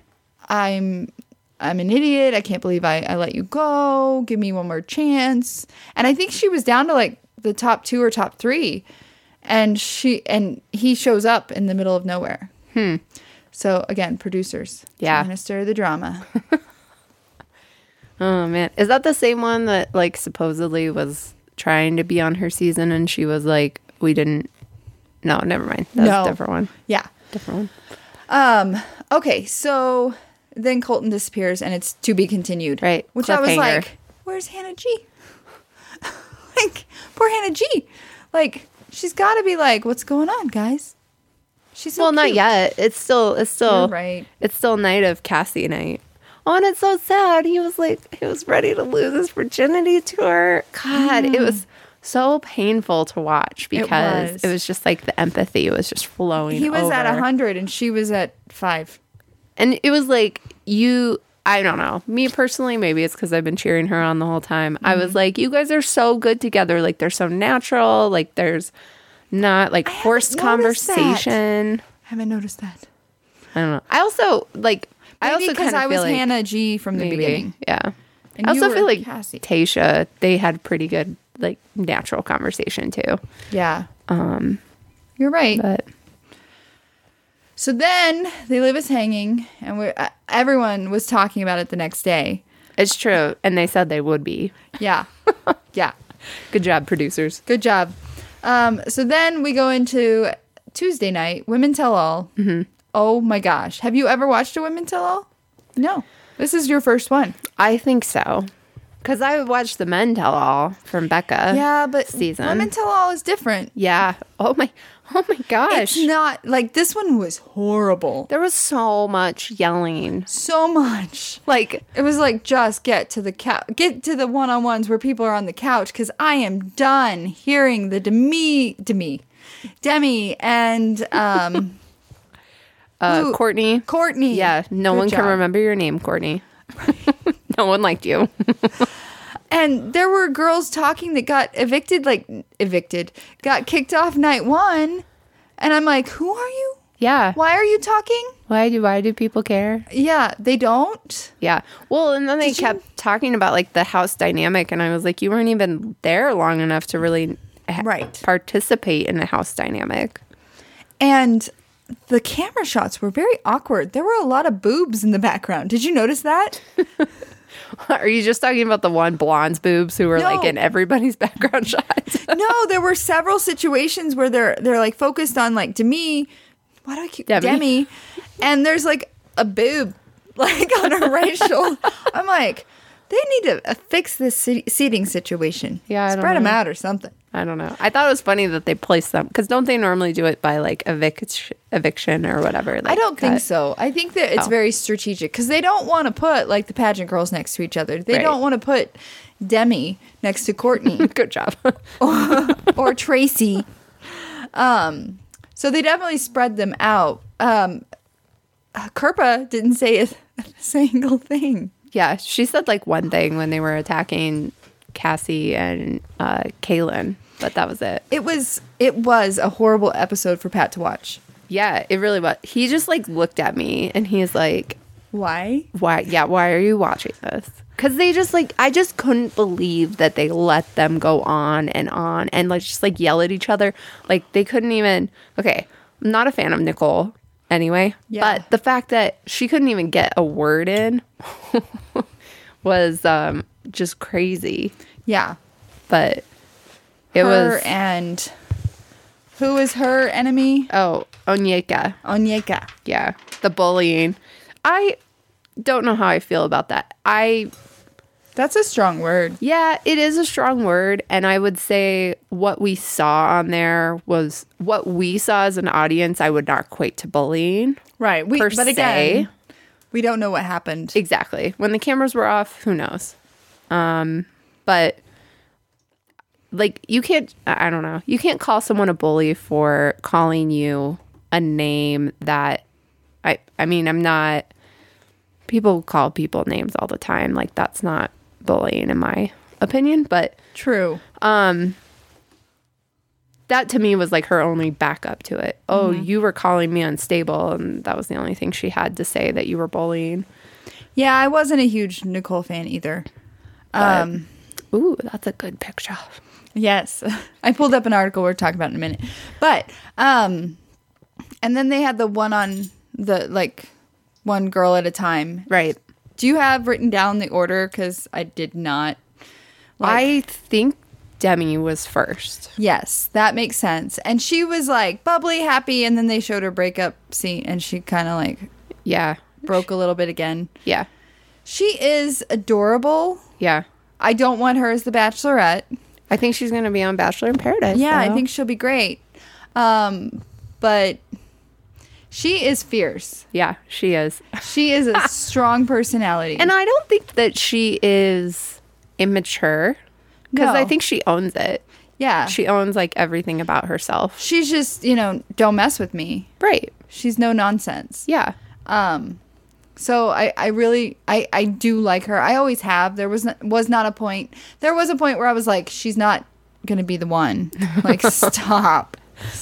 [SPEAKER 1] I'm I'm an idiot. I can't believe I, I let you go. Give me one more chance. And I think she was down to like the top two or top three. And she and he shows up in the middle of nowhere. Hmm. So again, producers.
[SPEAKER 2] Yeah.
[SPEAKER 1] Trying to stir the drama.
[SPEAKER 2] Oh, man. Is that the same one that, like, supposedly was trying to be on her season and she was like, we didn't. No, never mind. That's
[SPEAKER 1] No.
[SPEAKER 2] a different one.
[SPEAKER 1] yeah.
[SPEAKER 2] Different one.
[SPEAKER 1] Um, okay, so then Colton disappears and it's to be continued.
[SPEAKER 2] Right,
[SPEAKER 1] Which I was
[SPEAKER 2] cliffhanger.
[SPEAKER 1] like, where's Hannah G? like, poor Hannah G. Like, she's got to be like, what's going on, guys? She's so
[SPEAKER 2] well, not
[SPEAKER 1] cute.
[SPEAKER 2] yet. It's still it's still
[SPEAKER 1] You're right.
[SPEAKER 2] It's still night of Cassie night. Oh, and it's so sad. He was like he was ready to lose his virginity to her. God, it was so painful to watch because it was,
[SPEAKER 1] Mm. was.
[SPEAKER 2] just like the empathy was just flowing.
[SPEAKER 1] He was at
[SPEAKER 2] over.
[SPEAKER 1] 100 and she was at 5.
[SPEAKER 2] and it was like you i don't know me personally maybe it's because i've been cheering her on the whole time i
[SPEAKER 1] Mm-hmm.
[SPEAKER 2] was like you guys are so good together like they're so natural like there's not like
[SPEAKER 1] haven't
[SPEAKER 2] forced
[SPEAKER 1] noticed that.
[SPEAKER 2] conversation
[SPEAKER 1] I haven't noticed that.
[SPEAKER 2] i don't know i also like i
[SPEAKER 1] Maybe
[SPEAKER 2] also
[SPEAKER 1] because
[SPEAKER 2] kind of
[SPEAKER 1] I was
[SPEAKER 2] feel like
[SPEAKER 1] Hannah G from the
[SPEAKER 2] maybe-
[SPEAKER 1] beginning.
[SPEAKER 2] yeah
[SPEAKER 1] And
[SPEAKER 2] i
[SPEAKER 1] you
[SPEAKER 2] also
[SPEAKER 1] were
[SPEAKER 2] feel like
[SPEAKER 1] Cassie.
[SPEAKER 2] tasha they had pretty good like natural conversation too
[SPEAKER 1] Yeah. Um, You're right.
[SPEAKER 2] but
[SPEAKER 1] So then they leave us hanging, and we uh, everyone was talking about it the next day.
[SPEAKER 2] it's true and they said they would be
[SPEAKER 1] Yeah, yeah.
[SPEAKER 2] good job producers
[SPEAKER 1] Good job. Um, so then we go into Tuesday night, Women Tell All. Mm-hmm. Oh my gosh, have you ever watched a Women Tell All? No, this is your first one.
[SPEAKER 2] I think so. Because I watched the men tell all from Becca.
[SPEAKER 1] yeah, but
[SPEAKER 2] season.
[SPEAKER 1] Women Tell All is different.
[SPEAKER 2] yeah. Oh my. Oh my gosh.
[SPEAKER 1] It's not like this one was horrible.
[SPEAKER 2] there was so much yelling.
[SPEAKER 1] So much.
[SPEAKER 2] Like
[SPEAKER 1] It was like just get to the couch, get to the one on ones where people are on the couch because I am done hearing the Demi, Demi, Demi, and um,
[SPEAKER 2] uh,
[SPEAKER 1] Ooh,
[SPEAKER 2] Courtney.
[SPEAKER 1] Courtney.
[SPEAKER 2] Yeah. No
[SPEAKER 1] Good
[SPEAKER 2] one
[SPEAKER 1] job.
[SPEAKER 2] can remember your name, Courtney. no one liked you.
[SPEAKER 1] And there were girls talking that got evicted, like evicted, got kicked off night one, and I'm like, who are you?
[SPEAKER 2] Yeah.
[SPEAKER 1] Why are you talking?
[SPEAKER 2] Why do Why do people care?
[SPEAKER 1] Yeah, they don't.
[SPEAKER 2] Yeah. Well, and then they
[SPEAKER 1] Did you-
[SPEAKER 2] kept talking about like the house dynamic, and I was like, you weren't even there long enough to really ha-
[SPEAKER 1] Right.
[SPEAKER 2] participate in the house dynamic.
[SPEAKER 1] And the camera shots were very awkward. There were a lot of boobs in the background. Did you notice that?
[SPEAKER 2] Are you just talking about the one blonde's boobs who were like
[SPEAKER 1] No.
[SPEAKER 2] in everybody's background shots?
[SPEAKER 1] no, there were several situations where they're they're like focused on like Demi. Why do I keep
[SPEAKER 2] Demi.
[SPEAKER 1] Demi? And there's like a boob like on her right shoulder. I'm like, they need to uh, fix this se- seating situation.
[SPEAKER 2] Yeah, I don't
[SPEAKER 1] spread them
[SPEAKER 2] know.
[SPEAKER 1] out or something.
[SPEAKER 2] I don't know. I thought it was funny that they placed them because don't they normally do it by like evic- eviction or whatever?
[SPEAKER 1] I
[SPEAKER 2] like,
[SPEAKER 1] don't think
[SPEAKER 2] cut?
[SPEAKER 1] so. I think that it's
[SPEAKER 2] Oh.
[SPEAKER 1] very strategic because they don't want to put like the pageant girls next to each other. They
[SPEAKER 2] Right.
[SPEAKER 1] don't want to put Demi next to Courtney
[SPEAKER 2] Good job.
[SPEAKER 1] or Tracy. Um, so they definitely spread them out. Um, uh, Kerpa didn't say a, a single thing.
[SPEAKER 2] yeah, she said like one thing when they were attacking Cassie and uh, Kaylin, but that was it.
[SPEAKER 1] It was it was a horrible episode for Pat to watch.
[SPEAKER 2] Yeah, it really was. He just like looked at me and he's like,
[SPEAKER 1] Why?
[SPEAKER 2] why yeah why are you watching this because they just like i just couldn't believe that they let them go on and on and like just like yell at each other like they couldn't even okay i'm not a fan of nicole anyway
[SPEAKER 1] Yeah.
[SPEAKER 2] but the fact that she couldn't even get a word in was um just crazy
[SPEAKER 1] Yeah,
[SPEAKER 2] but it
[SPEAKER 1] her
[SPEAKER 2] was
[SPEAKER 1] and who is her enemy?
[SPEAKER 2] oh onyeka
[SPEAKER 1] Onyeka.
[SPEAKER 2] yeah the bullying i don't know how i feel about that i
[SPEAKER 1] That's a strong word.
[SPEAKER 2] Yeah, it is a strong word. And I would say what we saw on there was what we saw as an audience, I would not equate to bullying.
[SPEAKER 1] Right. We,
[SPEAKER 2] per
[SPEAKER 1] but
[SPEAKER 2] se.
[SPEAKER 1] again, we don't know what happened.
[SPEAKER 2] Exactly. When the cameras were off, who knows? Um, but like you can't I I don't know. You can't call someone a bully for calling you a name that I I mean, I'm not people call people names all the time. Like that's not bullying in my opinion, but um,
[SPEAKER 1] True.
[SPEAKER 2] that to me was like her only backup to it. Oh, you were calling me unstable, and that was the only thing she had to say that you were bullying.
[SPEAKER 1] Yeah, I wasn't a huge Nicole fan either. Um,
[SPEAKER 2] Ooh, that's a good picture.
[SPEAKER 1] Yes. I pulled up an article we're talking about in a minute. But um and then they had the one on the like one girl at a time.
[SPEAKER 2] Right.
[SPEAKER 1] Do you have written down the order cuz I did not
[SPEAKER 2] I think Demi was first.
[SPEAKER 1] Yes, that makes sense. And she was like bubbly, happy, and then they showed her breakup scene, and she kind of like
[SPEAKER 2] Yeah.
[SPEAKER 1] broke a little bit again.
[SPEAKER 2] Yeah.
[SPEAKER 1] She is adorable.
[SPEAKER 2] Yeah.
[SPEAKER 1] I don't want her as the Bachelorette.
[SPEAKER 2] I think she's going to be on Bachelor in Paradise.
[SPEAKER 1] Yeah, I
[SPEAKER 2] though.
[SPEAKER 1] think she'll be great. Um, but she is fierce.
[SPEAKER 2] Yeah, she is.
[SPEAKER 1] She is a strong personality.
[SPEAKER 2] And I don't think that she is immature because I
[SPEAKER 1] No.
[SPEAKER 2] think she owns it.
[SPEAKER 1] yeah,
[SPEAKER 2] She owns like everything about herself.
[SPEAKER 1] she's just you know don't mess with me.
[SPEAKER 2] Right.
[SPEAKER 1] She's no nonsense.
[SPEAKER 2] Yeah.
[SPEAKER 1] Um, so I, I really, I, I do like her. I always have. There was not, was not a point. There was a point where I was like, she's not gonna be the one. Like, stop.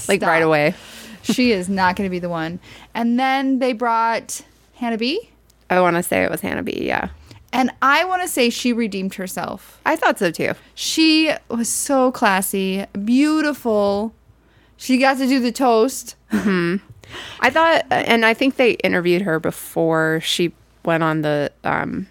[SPEAKER 2] Like right
[SPEAKER 1] Stop.
[SPEAKER 2] away.
[SPEAKER 1] she is not gonna be the one. And then they brought Hannah B.
[SPEAKER 2] I want to say it was Hannah B. Yeah.
[SPEAKER 1] And I want to say she redeemed herself.
[SPEAKER 2] I thought so too.
[SPEAKER 1] She was so classy, beautiful. She got to do the toast.
[SPEAKER 2] I thought, and I think they interviewed her before she went on the um,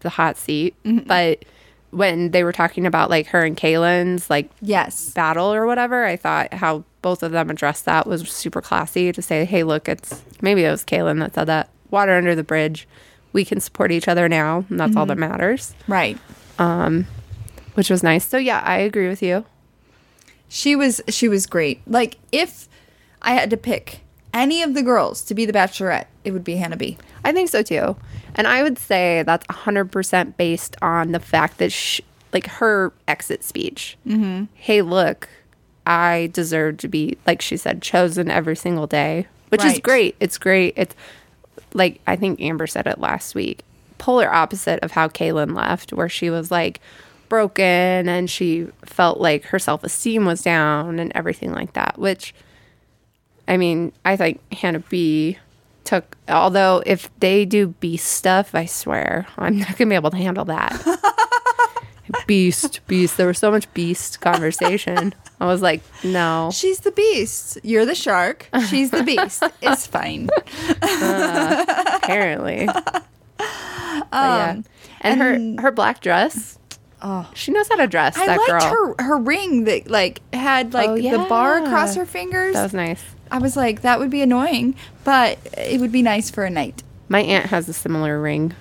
[SPEAKER 2] the hot seat. But when they were talking about like her and Kaylin's like
[SPEAKER 1] Yes.
[SPEAKER 2] battle or whatever, I thought how both of them addressed that was super classy to say, "Hey, look, it's maybe it was Kaylin that said that water under the bridge. We can support each other now, and that's all that matters." Um,
[SPEAKER 1] Right.
[SPEAKER 2] Which was nice. So yeah, I agree with you.
[SPEAKER 1] She was she was great. Like if I had to pick any of the girls to be the bachelorette, it would be Hannah B.
[SPEAKER 2] I think so too. And I would say that's 100% based on the fact that, sh like, her exit speech. Mm-hmm. Hey, look, I deserve to be, like she said, chosen every single day, which is
[SPEAKER 1] Right.
[SPEAKER 2] great. It's great. It's like, I think Amber said it last week polar opposite of how Kaylin left, where she was like, broken and she felt like her self-esteem was down and everything like that which I mean, I think Hannah B took although if they do beast stuff, I swear I'm not gonna be able to handle that. beast, beast. There was so much beast conversation. I was like, no.
[SPEAKER 1] She's the beast. You're the shark. She's the beast. it's fine.
[SPEAKER 2] Apparently. But yeah. Um, And, her her black dress. Oh. She knows how to dress,
[SPEAKER 1] I
[SPEAKER 2] that
[SPEAKER 1] liked
[SPEAKER 2] girl.
[SPEAKER 1] her her ring that like had like
[SPEAKER 2] Oh,
[SPEAKER 1] the bar
[SPEAKER 2] yeah.
[SPEAKER 1] across her fingers.
[SPEAKER 2] That was nice.
[SPEAKER 1] I was like, that would be annoying, but it would be nice for a night.
[SPEAKER 2] My aunt has a similar ring.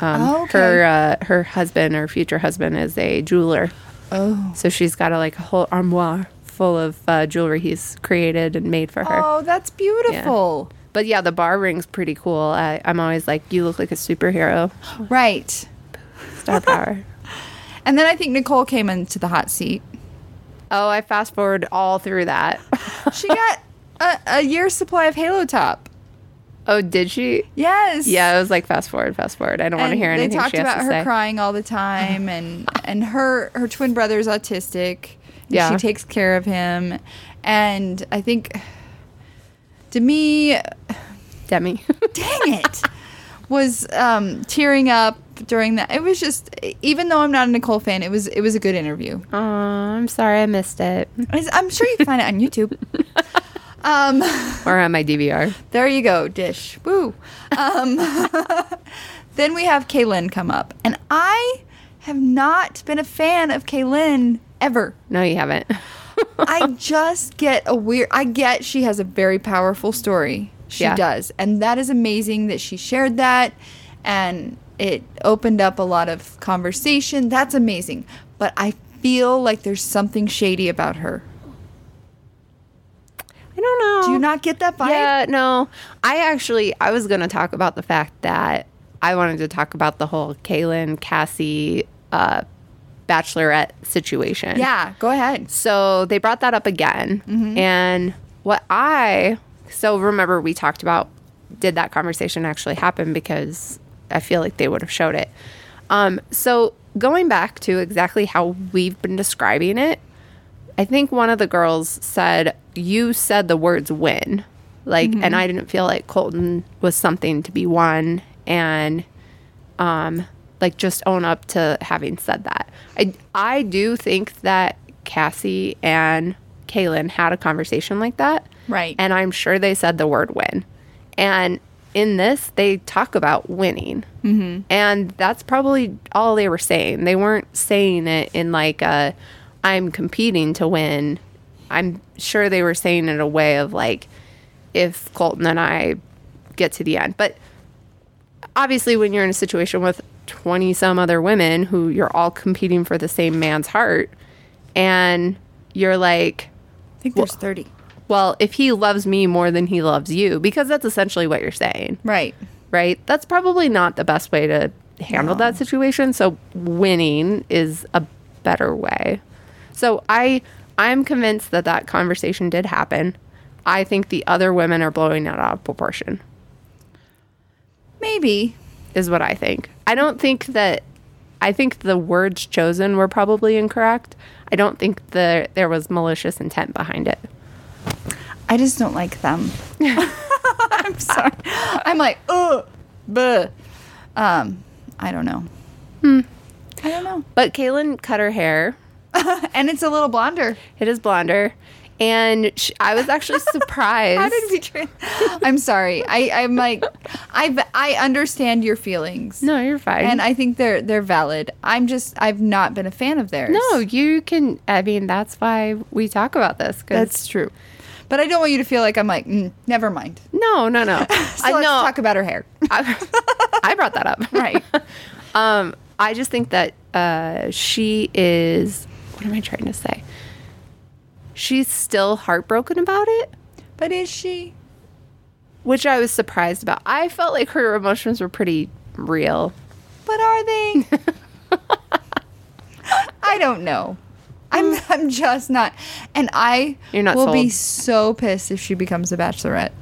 [SPEAKER 2] Um,
[SPEAKER 1] Oh, okay.
[SPEAKER 2] Her uh, her husband, her future husband, is a jeweler.
[SPEAKER 1] Oh.
[SPEAKER 2] So she's got a, like a whole armoire full of uh, jewelry he's created and made for her.
[SPEAKER 1] Oh, that's beautiful.
[SPEAKER 2] But yeah, the bar ring's pretty cool. I, I'm always like, you look like a superhero.
[SPEAKER 1] Right.
[SPEAKER 2] Star power.
[SPEAKER 1] And then I think Nicole came into the hot seat.
[SPEAKER 2] oh, I fast forward all through that.
[SPEAKER 1] She got a, a year's supply of Halo Top.
[SPEAKER 2] oh, did she?
[SPEAKER 1] Yes.
[SPEAKER 2] Yeah, it was like fast forward, fast forward. I don't want to
[SPEAKER 1] And
[SPEAKER 2] hear anything
[SPEAKER 1] They talked
[SPEAKER 2] she has
[SPEAKER 1] about
[SPEAKER 2] to
[SPEAKER 1] her
[SPEAKER 2] say.
[SPEAKER 1] crying all the time, and and her her twin brother's autistic. and
[SPEAKER 2] Yeah.
[SPEAKER 1] she takes care of him, and I think to me, dang
[SPEAKER 2] Demi.
[SPEAKER 1] it, was um, tearing up during that. It was just, even though I'm not a Nicole fan, it was it was a good interview.
[SPEAKER 2] Aw, I'm sorry I missed it.
[SPEAKER 1] It's- I'm sure you can find it on YouTube. Um,
[SPEAKER 2] Or on my DVR.
[SPEAKER 1] there you go, Dish. Woo. Um, then we have Kaylin come up, and I have not been a fan of Kaylin ever.
[SPEAKER 2] No, you haven't.
[SPEAKER 1] I just get a weird. I get she has a very powerful story. She
[SPEAKER 2] Yeah.
[SPEAKER 1] does, and that is amazing that she shared that, and it opened up a lot of conversation. That's amazing, but I feel like there's something shady about her.
[SPEAKER 2] I don't know.
[SPEAKER 1] Do you not get that vibe?
[SPEAKER 2] Yeah, no. I actually I was gonna talk about the fact that I wanted to talk about the whole Kaylin Cassie uh bachelorette situation.
[SPEAKER 1] Yeah, go ahead.
[SPEAKER 2] So they brought that up again. And what I so remember we talked about did that conversation actually happen because I feel like they would have showed it. Um so going back to exactly how we've been describing it, I think one of the girls said, You said the words win. Like, and I didn't feel like Colton was something to be won. And, um, like just own up to having said that. I, I do think that Cassie and Kaylin had a conversation like that.
[SPEAKER 1] Right.
[SPEAKER 2] And I'm sure they said the word win. And in this, they talk about winning. Mm-hmm. And that's probably all they were saying. They weren't saying it in like a, I'm competing to win. I'm sure they were saying in a way of like, if Colton and I get to the end. But obviously, when you're in a situation with 20 some other women who you're all competing for the same man's heart, and you're like,
[SPEAKER 1] I think there's 30.
[SPEAKER 2] well, if he loves me more than he loves you, because that's essentially what you're saying
[SPEAKER 1] Right.
[SPEAKER 2] right? That's probably not the best way to handle that situation. So winning is a better way. So I I'm convinced that that conversation did happen. I think the other women are blowing it out of proportion
[SPEAKER 1] Maybe.
[SPEAKER 2] is what I think. I don't think that I think the words chosen were probably incorrect. I don't think that there was malicious intent behind it.
[SPEAKER 1] I just don't like them. I'm sorry. I'm like, ugh, bleh. Um, I don't know. Hmm. I don't know.
[SPEAKER 2] But Kaylin cut her hair
[SPEAKER 1] And it's a little blonder.
[SPEAKER 2] It is blonder. And sh I was actually surprised.
[SPEAKER 1] How did we? Tra- I'm sorry. I, I'm like, I I understand your feelings,
[SPEAKER 2] no, you're fine.
[SPEAKER 1] and I think they're they're valid. I'm just I've not been a fan of theirs.
[SPEAKER 2] no, you can. I mean, that's why we talk about this. 'cause-
[SPEAKER 1] that's true. But I don't want you to feel like I'm like, mm, never mind.
[SPEAKER 2] no, no, no.
[SPEAKER 1] So
[SPEAKER 2] I
[SPEAKER 1] let's
[SPEAKER 2] know.
[SPEAKER 1] talk about her hair.
[SPEAKER 2] I, I brought that up.
[SPEAKER 1] Right.
[SPEAKER 2] Um, I just think that uh, she is. What am I trying to say? She's still heartbroken about it,
[SPEAKER 1] but is she?
[SPEAKER 2] which I was surprised about. I felt like her emotions were pretty real.
[SPEAKER 1] But are they? I don't know. I'm I'm just not, and I
[SPEAKER 2] Mm. You're not
[SPEAKER 1] will be
[SPEAKER 2] sold.
[SPEAKER 1] so pissed if she becomes a bachelorette.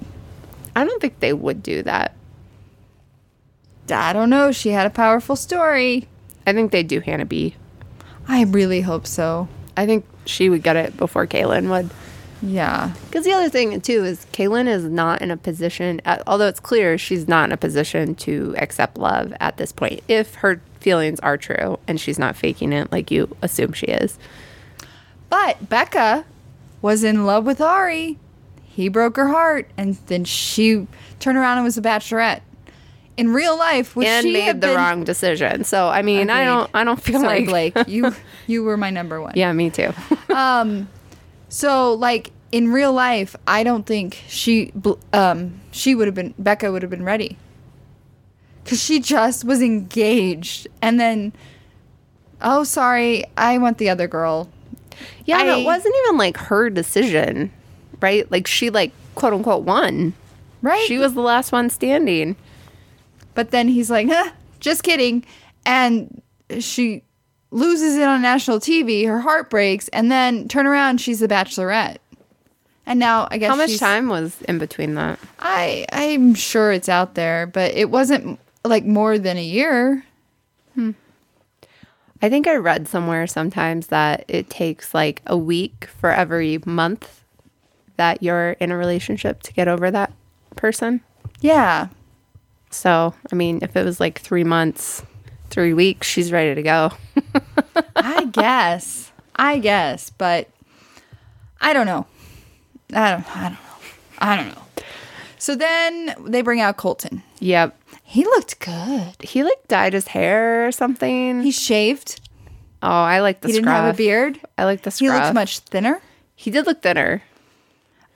[SPEAKER 2] I don't think they would do that.
[SPEAKER 1] I don't know. She had a powerful story.
[SPEAKER 2] I think they'd do Hannah B.
[SPEAKER 1] I really hope so.
[SPEAKER 2] I think she would get it before Kaylin would.
[SPEAKER 1] Yeah.
[SPEAKER 2] Because the other thing too is Kaylin is not in a position, uh, although it's clear she's not in a position to accept love at this point. If her feelings are true and she's not faking it, like you assume she is,
[SPEAKER 1] But Becca was in love with Ari. He broke her heart, and then she turned around and was a bachelorette. In real life, would
[SPEAKER 2] and
[SPEAKER 1] she
[SPEAKER 2] made
[SPEAKER 1] have
[SPEAKER 2] the
[SPEAKER 1] been-
[SPEAKER 2] wrong decision. So I mean, I don't,
[SPEAKER 1] Agreed.
[SPEAKER 2] I don't feel
[SPEAKER 1] Sorry,
[SPEAKER 2] like
[SPEAKER 1] Blake. You you were my number one.
[SPEAKER 2] yeah, me too.
[SPEAKER 1] Um. So like in real life, I don't think she bl- um she would have been Becca would have been ready. Cause she just was engaged, and then, oh sorry, I want the other girl.
[SPEAKER 2] yeah, but
[SPEAKER 1] I-
[SPEAKER 2] it wasn't even like her decision, right? Like she like quote unquote won.
[SPEAKER 1] Right.
[SPEAKER 2] She was the last one standing.
[SPEAKER 1] But then he's like, huh, just kidding. And she loses it on national TV. Her heart breaks. And then turn around, she's the bachelorette. And now I guess
[SPEAKER 2] How much
[SPEAKER 1] she's-
[SPEAKER 2] time was in between that?
[SPEAKER 1] I I'm sure it's out there, but it wasn't like more than a year.
[SPEAKER 2] I think I read somewhere sometimes that it takes like a week for every month that you're in a relationship to get over that person.
[SPEAKER 1] Yeah.
[SPEAKER 2] So, I mean, if it was like three months, three weeks, she's ready to go.
[SPEAKER 1] I guess. I guess, but I don't know. I don't I don't know. I don't know. So then they bring out Colton.
[SPEAKER 2] Yep.
[SPEAKER 1] He looked good.
[SPEAKER 2] He like dyed his hair or something.
[SPEAKER 1] He shaved.
[SPEAKER 2] oh, I like the
[SPEAKER 1] He
[SPEAKER 2] scruff.
[SPEAKER 1] didn't have a beard.
[SPEAKER 2] I like the
[SPEAKER 1] He
[SPEAKER 2] scruff.
[SPEAKER 1] looked much thinner.
[SPEAKER 2] He did look thinner.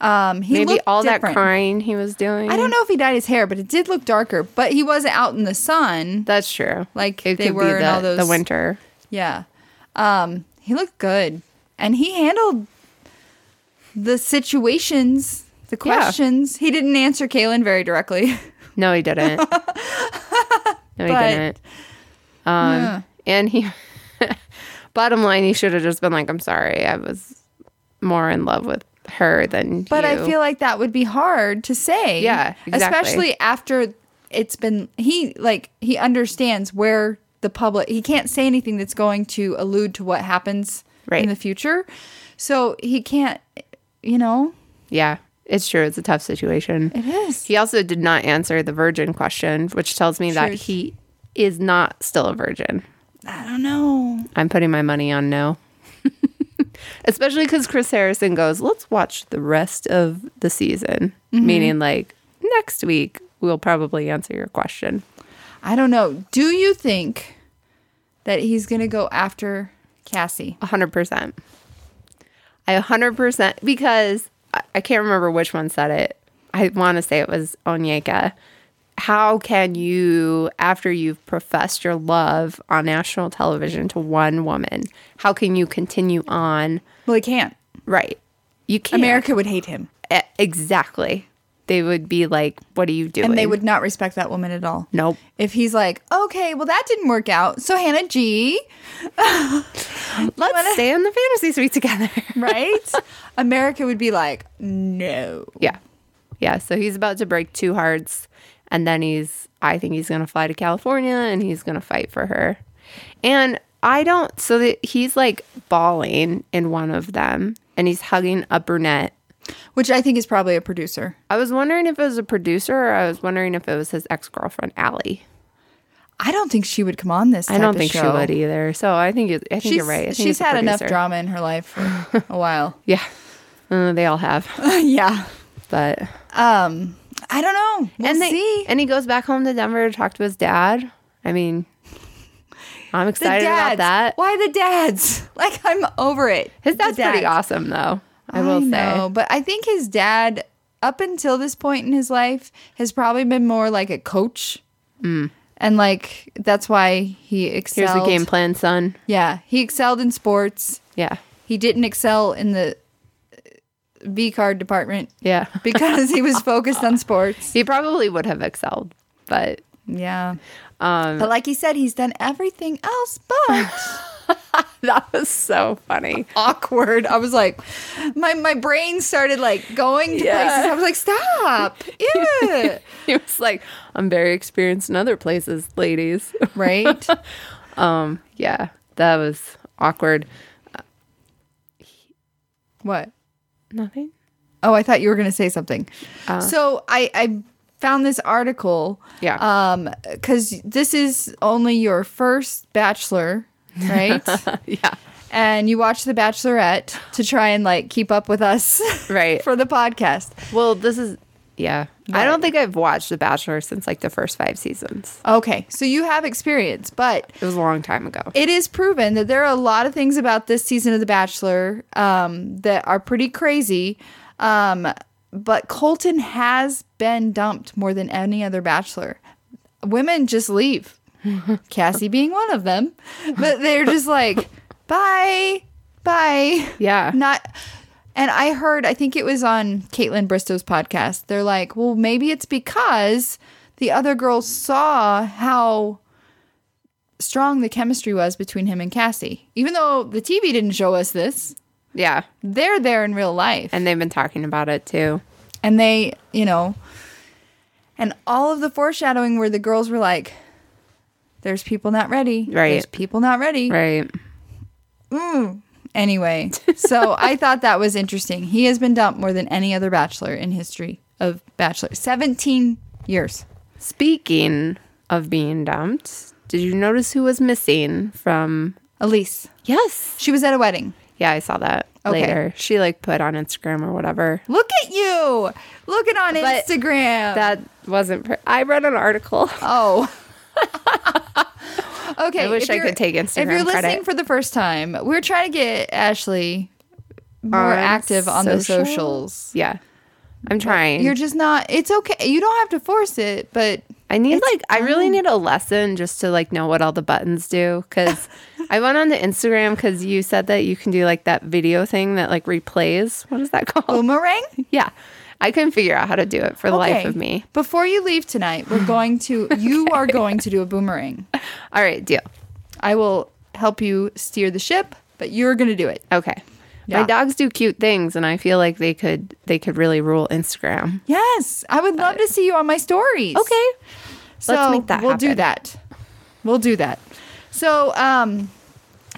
[SPEAKER 1] Um, he
[SPEAKER 2] Maybe
[SPEAKER 1] looked
[SPEAKER 2] all that
[SPEAKER 1] different.
[SPEAKER 2] crying he was doing.
[SPEAKER 1] I don't know if he dyed his hair, but it did look darker. But he wasn't out in the sun.
[SPEAKER 2] That's true.
[SPEAKER 1] Like
[SPEAKER 2] it
[SPEAKER 1] they
[SPEAKER 2] could
[SPEAKER 1] were
[SPEAKER 2] be
[SPEAKER 1] in
[SPEAKER 2] the,
[SPEAKER 1] all those-
[SPEAKER 2] the winter.
[SPEAKER 1] Yeah, um, he looked good, and he handled the situations, the questions. He didn't answer Kaylin very directly.
[SPEAKER 2] No, he didn't. no, he
[SPEAKER 1] But-
[SPEAKER 2] didn't. Um, and he, bottom line, he should have just been like, "I'm sorry, I was more in love with her than."
[SPEAKER 1] But I
[SPEAKER 2] you."
[SPEAKER 1] feel like that would be hard to say.
[SPEAKER 2] Yeah, exactly.
[SPEAKER 1] Especially after it's been he like he understands where the public he can't say anything that's going to allude to what happens
[SPEAKER 2] Right.
[SPEAKER 1] in the future. So he can't you know,
[SPEAKER 2] yeah, it's true. It's a tough situation.
[SPEAKER 1] it is.
[SPEAKER 2] He also did not answer the virgin question, which tells me that
[SPEAKER 1] Truth.
[SPEAKER 2] he is not still a virgin.
[SPEAKER 1] I don't know.
[SPEAKER 2] I'm putting my money on no. Especially because Chris Harrison goes, let's watch the rest of the season.
[SPEAKER 1] Mm-hmm.
[SPEAKER 2] Meaning, like, next week, we'll probably answer your question.
[SPEAKER 1] I don't know. Do you think that he's going to go after Cassie.
[SPEAKER 2] 100%. I 100% because I, I can't remember which one said it. I want to say it was Onyeka. How can you, after you've professed your love on national television to one woman, how can you continue on?
[SPEAKER 1] Well, he can't.
[SPEAKER 2] Right. You can't.
[SPEAKER 1] America would hate him,
[SPEAKER 2] E- Exactly. They would be like, what are you doing?
[SPEAKER 1] and they would not respect that woman at all.
[SPEAKER 2] Nope.
[SPEAKER 1] If he's like, okay, well that didn't work out, so Hannah G,
[SPEAKER 2] Let's stay in the fantasy suite together.
[SPEAKER 1] right? America would be like, no.
[SPEAKER 2] Yeah. Yeah. So he's about to break two hearts. And then he's, I think he's going to fly to California and he's going to fight for her. And I don't, so that he's like bawling in one of them and he's hugging a brunette.
[SPEAKER 1] Which I think is probably a producer.
[SPEAKER 2] I was wondering if it was a producer or I was wondering if it was his ex girlfriend, Allie.
[SPEAKER 1] I don't think she would come on this. Type
[SPEAKER 2] I don't
[SPEAKER 1] of
[SPEAKER 2] think she
[SPEAKER 1] show.
[SPEAKER 2] would either. So I think, it, I think
[SPEAKER 1] She's,
[SPEAKER 2] you're right. I think
[SPEAKER 1] she's
[SPEAKER 2] it's a
[SPEAKER 1] had enough
[SPEAKER 2] producer.
[SPEAKER 1] drama in her life for a while.
[SPEAKER 2] Yeah. Uh, they all have.
[SPEAKER 1] yeah.
[SPEAKER 2] But,
[SPEAKER 1] Um, I don't know. We'll
[SPEAKER 2] and, they,
[SPEAKER 1] see.
[SPEAKER 2] and he goes back home to Denver to talk to his dad. I mean, I'm excited about that.
[SPEAKER 1] Why the dads? Like I'm over it.
[SPEAKER 2] His
[SPEAKER 1] The
[SPEAKER 2] dad's pretty
[SPEAKER 1] dads.
[SPEAKER 2] awesome, though. I will
[SPEAKER 1] know, but I think his dad, up until this point in his life, has probably been more like a coach, and like that's why he
[SPEAKER 2] say.
[SPEAKER 1] excelled.
[SPEAKER 2] Hmm. Here's the game plan, son.
[SPEAKER 1] Yeah, he excelled in sports.
[SPEAKER 2] Yeah.
[SPEAKER 1] He didn't excel in the uh, V card department
[SPEAKER 2] Yeah.
[SPEAKER 1] because he was focused on sports.
[SPEAKER 2] He probably would have excelled, but um,
[SPEAKER 1] Yeah. but like he said, he's done everything else but
[SPEAKER 2] that was so funny.
[SPEAKER 1] awkward. I was like, my my brain started like going to
[SPEAKER 2] Yeah.
[SPEAKER 1] places. I was like, stop. Ew.
[SPEAKER 2] He was like, I'm very experienced in other places, ladies.
[SPEAKER 1] right?
[SPEAKER 2] Um, yeah, that was awkward.
[SPEAKER 1] What?
[SPEAKER 2] Nothing.
[SPEAKER 1] Oh, I thought you were going to say something. so I, I found this article.
[SPEAKER 2] Uh. Yeah.
[SPEAKER 1] Um, because this is only your first bachelor, right?
[SPEAKER 2] Yeah.
[SPEAKER 1] and you watch The Bachelorette to try and like keep up with us,
[SPEAKER 2] Right.
[SPEAKER 1] for the podcast.
[SPEAKER 2] Well, this is, yeah. I don't think I've watched The Bachelor since like the first five seasons.
[SPEAKER 1] Okay, so you have experience, but
[SPEAKER 2] It was a long time ago.
[SPEAKER 1] it is proven that there are a lot of things about this season of The Bachelor um, that are pretty crazy. Um, but Colton has been dumped more than any other Bachelor. Women just leave, Cassie being one of them. But they're just like, bye, bye.
[SPEAKER 2] Yeah.
[SPEAKER 1] Not. And I heard, I think it was on Caitlin Bristow's podcast. They're like, well, maybe it's because the other girls saw how strong the chemistry was between him and Cassie. Even though the TV didn't show us this,
[SPEAKER 2] Yeah.
[SPEAKER 1] they're there in real life.
[SPEAKER 2] And they've been talking about it too.
[SPEAKER 1] And they, you know, and all of the foreshadowing where the girls were like, there's people not ready.
[SPEAKER 2] Right.
[SPEAKER 1] There's people not ready.
[SPEAKER 2] Right.
[SPEAKER 1] Anyway, so I thought that was interesting. He has been dumped more than any other bachelor in history of bachelor. 17 years.
[SPEAKER 2] Speaking of being dumped, did you notice who was missing from?
[SPEAKER 1] Elise.
[SPEAKER 2] Yes.
[SPEAKER 1] She was at a wedding.
[SPEAKER 2] Yeah, I saw that
[SPEAKER 1] Okay.
[SPEAKER 2] later. She like put on Instagram or whatever.
[SPEAKER 1] Look at you. Look at on
[SPEAKER 2] But
[SPEAKER 1] Instagram.
[SPEAKER 2] That wasn't. Pre- I read an article.
[SPEAKER 1] Oh. okay.
[SPEAKER 2] I wish
[SPEAKER 1] if
[SPEAKER 2] I
[SPEAKER 1] you're-
[SPEAKER 2] could take
[SPEAKER 1] If you're
[SPEAKER 2] Instagram credit.
[SPEAKER 1] listening for the first time, we're trying to get Ashley more
[SPEAKER 2] On
[SPEAKER 1] active on the
[SPEAKER 2] social?
[SPEAKER 1] socials.
[SPEAKER 2] Yeah, I'm trying.
[SPEAKER 1] You're just not. It's okay. You don't have to force it, but
[SPEAKER 2] I need like I really need a lesson just to like know what all the buttons do because I went on the Instagram because you said that you can do like that video thing that like replays. What is that called?
[SPEAKER 1] boomerang.
[SPEAKER 2] yeah, I couldn't figure out how to do it for the life
[SPEAKER 1] Okay.
[SPEAKER 2] of me.
[SPEAKER 1] Before you leave tonight, we're going to. You are going to do a boomerang.
[SPEAKER 2] All right, deal.
[SPEAKER 1] I will help you steer the ship, but you're going to do it.
[SPEAKER 2] Okay.
[SPEAKER 1] Yeah.
[SPEAKER 2] My dogs do cute things and I feel like they could they could really rule Instagram.
[SPEAKER 1] Yes, I would love to see you on my stories.
[SPEAKER 2] Okay.
[SPEAKER 1] So
[SPEAKER 2] make that
[SPEAKER 1] we'll do
[SPEAKER 2] happen.
[SPEAKER 1] that. We'll do that. So, um,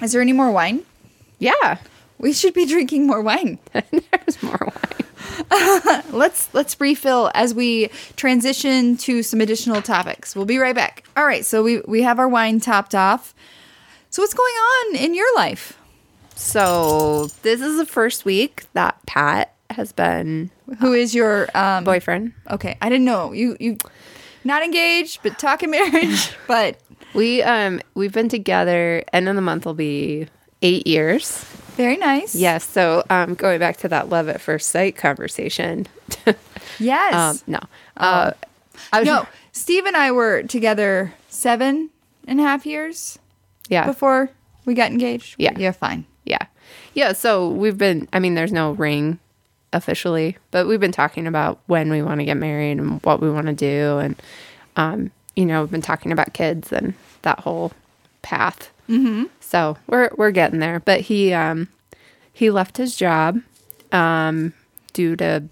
[SPEAKER 1] is there any more wine?
[SPEAKER 2] Yeah.
[SPEAKER 1] We should be drinking more wine.
[SPEAKER 2] There's more wine.
[SPEAKER 1] Let's let's refill as we transition to some additional topics. We'll be right back. All right, so we we have our wine topped off. So what's going on in your life?
[SPEAKER 2] So this is the first week that Pat has been
[SPEAKER 1] Who is your um
[SPEAKER 2] boyfriend.
[SPEAKER 1] Okay, I didn't know. You you not engaged, but talking marriage, but
[SPEAKER 2] We um we've been together end of the month will be eight years.
[SPEAKER 1] Very nice.
[SPEAKER 2] Yes. So um, going back to that love at first sight conversation.
[SPEAKER 1] Yes.
[SPEAKER 2] um, no. Uh, I was,
[SPEAKER 1] no, Steve and I were together seven and a half years
[SPEAKER 2] Yeah.
[SPEAKER 1] before we got engaged.
[SPEAKER 2] Yeah.
[SPEAKER 1] You're fine.
[SPEAKER 2] Yeah. Yeah. So we've been, I mean, there's no ring officially, but we've been talking about when we want to get married and what we want to do. And, um, you know, we've been talking about kids and that whole path. Mm-hmm. So we're, we're getting there. But he, um, he left his job, um, due to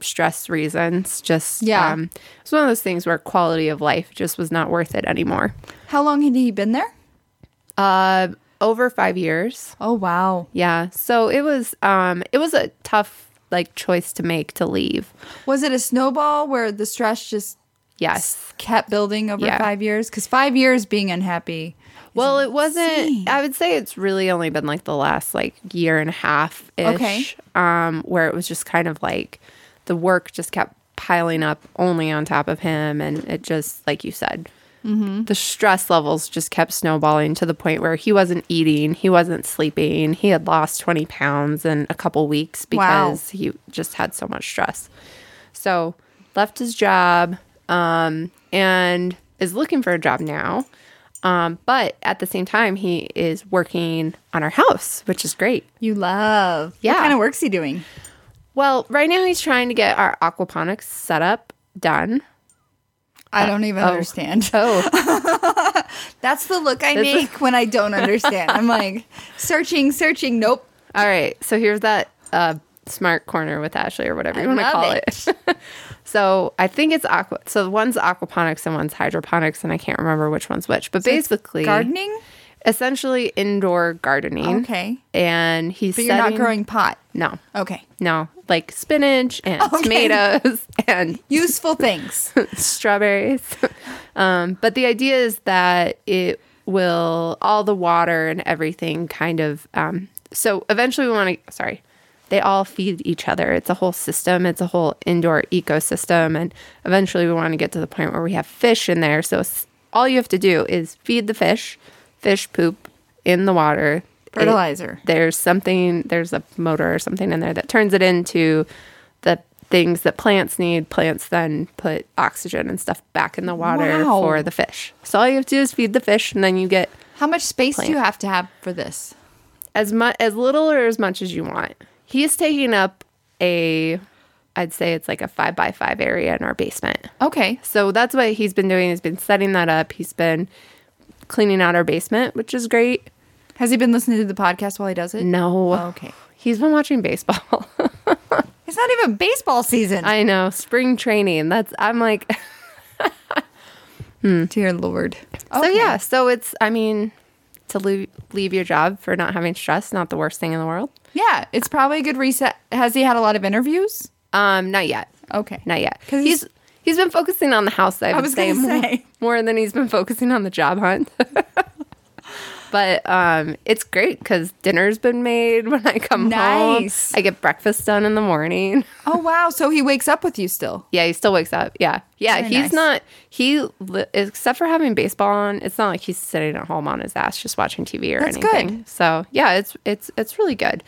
[SPEAKER 2] stress reasons. Just,
[SPEAKER 1] Yeah.
[SPEAKER 2] Um, it's one of those things where quality of life just was not worth it anymore.
[SPEAKER 1] How long had he been there?
[SPEAKER 2] Uh, over five years.
[SPEAKER 1] Oh, wow.
[SPEAKER 2] Yeah. So it was um it was a tough like choice to make to leave.
[SPEAKER 1] Was it a snowball where the stress just
[SPEAKER 2] Yes.
[SPEAKER 1] kept building over
[SPEAKER 2] Yeah.
[SPEAKER 1] five years? Because five years being unhappy.
[SPEAKER 2] Well, it
[SPEAKER 1] insane.
[SPEAKER 2] wasn't I would say it's really only been like the last like year and a half ish
[SPEAKER 1] Okay.
[SPEAKER 2] um where it was just kind of like the work just kept piling up only on top of him and it just like you said the stress levels just kept snowballing to the point where he wasn't eating, he wasn't sleeping, he had lost 20 pounds in a couple weeks
[SPEAKER 1] Wow.
[SPEAKER 2] because he just had so much stress. So, left his job um, and is looking for a job now. Um, but at the same time, he is working on our house, which is great.
[SPEAKER 1] You love.
[SPEAKER 2] Yeah.
[SPEAKER 1] What kind of work's he doing?
[SPEAKER 2] Well, right now he's trying to get our aquaponics setup done. Uh,
[SPEAKER 1] I don't even understand.
[SPEAKER 2] Oh,
[SPEAKER 1] That's the look I make when I don't understand. I'm like searching, searching. Nope.
[SPEAKER 2] All right. So here's that uh, smart corner with Ashley or whatever you want to
[SPEAKER 1] love
[SPEAKER 2] call it. so I think it's aqua. So one's aquaponics and one's hydroponics, and I can't remember which one's which. But basically,
[SPEAKER 1] Gardening?
[SPEAKER 2] essentially indoor gardening.
[SPEAKER 1] Okay.
[SPEAKER 2] And he's
[SPEAKER 1] But you're not
[SPEAKER 2] setting-
[SPEAKER 1] growing pot.
[SPEAKER 2] No,
[SPEAKER 1] Okay.
[SPEAKER 2] no, like spinach and
[SPEAKER 1] Okay.
[SPEAKER 2] tomatoes and
[SPEAKER 1] Useful things.
[SPEAKER 2] strawberries. um, but the idea is that it will all the water and everything kind of. Um, so eventually, we want to. Sorry, they all feed each other. It's a whole system. It's a whole indoor ecosystem, and eventually, we want to get to the point where we have fish in there. So s- all you have to do is feed the fish, fish poop in the water. It-
[SPEAKER 1] Fertilizer.
[SPEAKER 2] there's something there's a motor or something in there that turns it into the things that plants need plants then put oxygen and stuff back in the water
[SPEAKER 1] Wow.
[SPEAKER 2] for the fish so all you have to do is feed the fish and then you get
[SPEAKER 1] How much space do you have to have for this?
[SPEAKER 2] as much as little or as much as you want he's taking up a i'd say it's like a five by five area in our basement
[SPEAKER 1] Okay.
[SPEAKER 2] so that's what he's been doing he's been setting that up he's been cleaning out our basement which is great
[SPEAKER 1] Has he been listening to the podcast while he does it?
[SPEAKER 2] no
[SPEAKER 1] Okay.
[SPEAKER 2] he's been watching baseball
[SPEAKER 1] It's not even baseball season.
[SPEAKER 2] I know spring training. That's I'm like
[SPEAKER 1] Dear Lord.
[SPEAKER 2] so yeah. So it's I mean to leave leave your job for not having stress, not the worst thing in the world.
[SPEAKER 1] Yeah, it's probably a good reset. Has he had a lot of interviews?
[SPEAKER 2] Um, not yet,
[SPEAKER 1] Okay.
[SPEAKER 2] not yet.
[SPEAKER 1] 'Cause
[SPEAKER 2] he's
[SPEAKER 1] he's-
[SPEAKER 2] he's been focusing on the house. I, would
[SPEAKER 1] was
[SPEAKER 2] say,
[SPEAKER 1] gonna
[SPEAKER 2] more-
[SPEAKER 1] say.
[SPEAKER 2] more, than he's been focusing on the job hunt. but um, it's great because dinner's been made when I come
[SPEAKER 1] Nice.
[SPEAKER 2] home. I get breakfast done in the morning.
[SPEAKER 1] Oh wow, so he wakes up with you still.
[SPEAKER 2] Yeah, he still wakes up. Yeah. Yeah.
[SPEAKER 1] Very
[SPEAKER 2] he's
[SPEAKER 1] nice.
[SPEAKER 2] not, he, li- except for having baseball on, it's not like he's sitting at home on his ass just watching TV or
[SPEAKER 1] That's
[SPEAKER 2] anything.
[SPEAKER 1] good.
[SPEAKER 2] So, yeah, it's, it's, it's really good.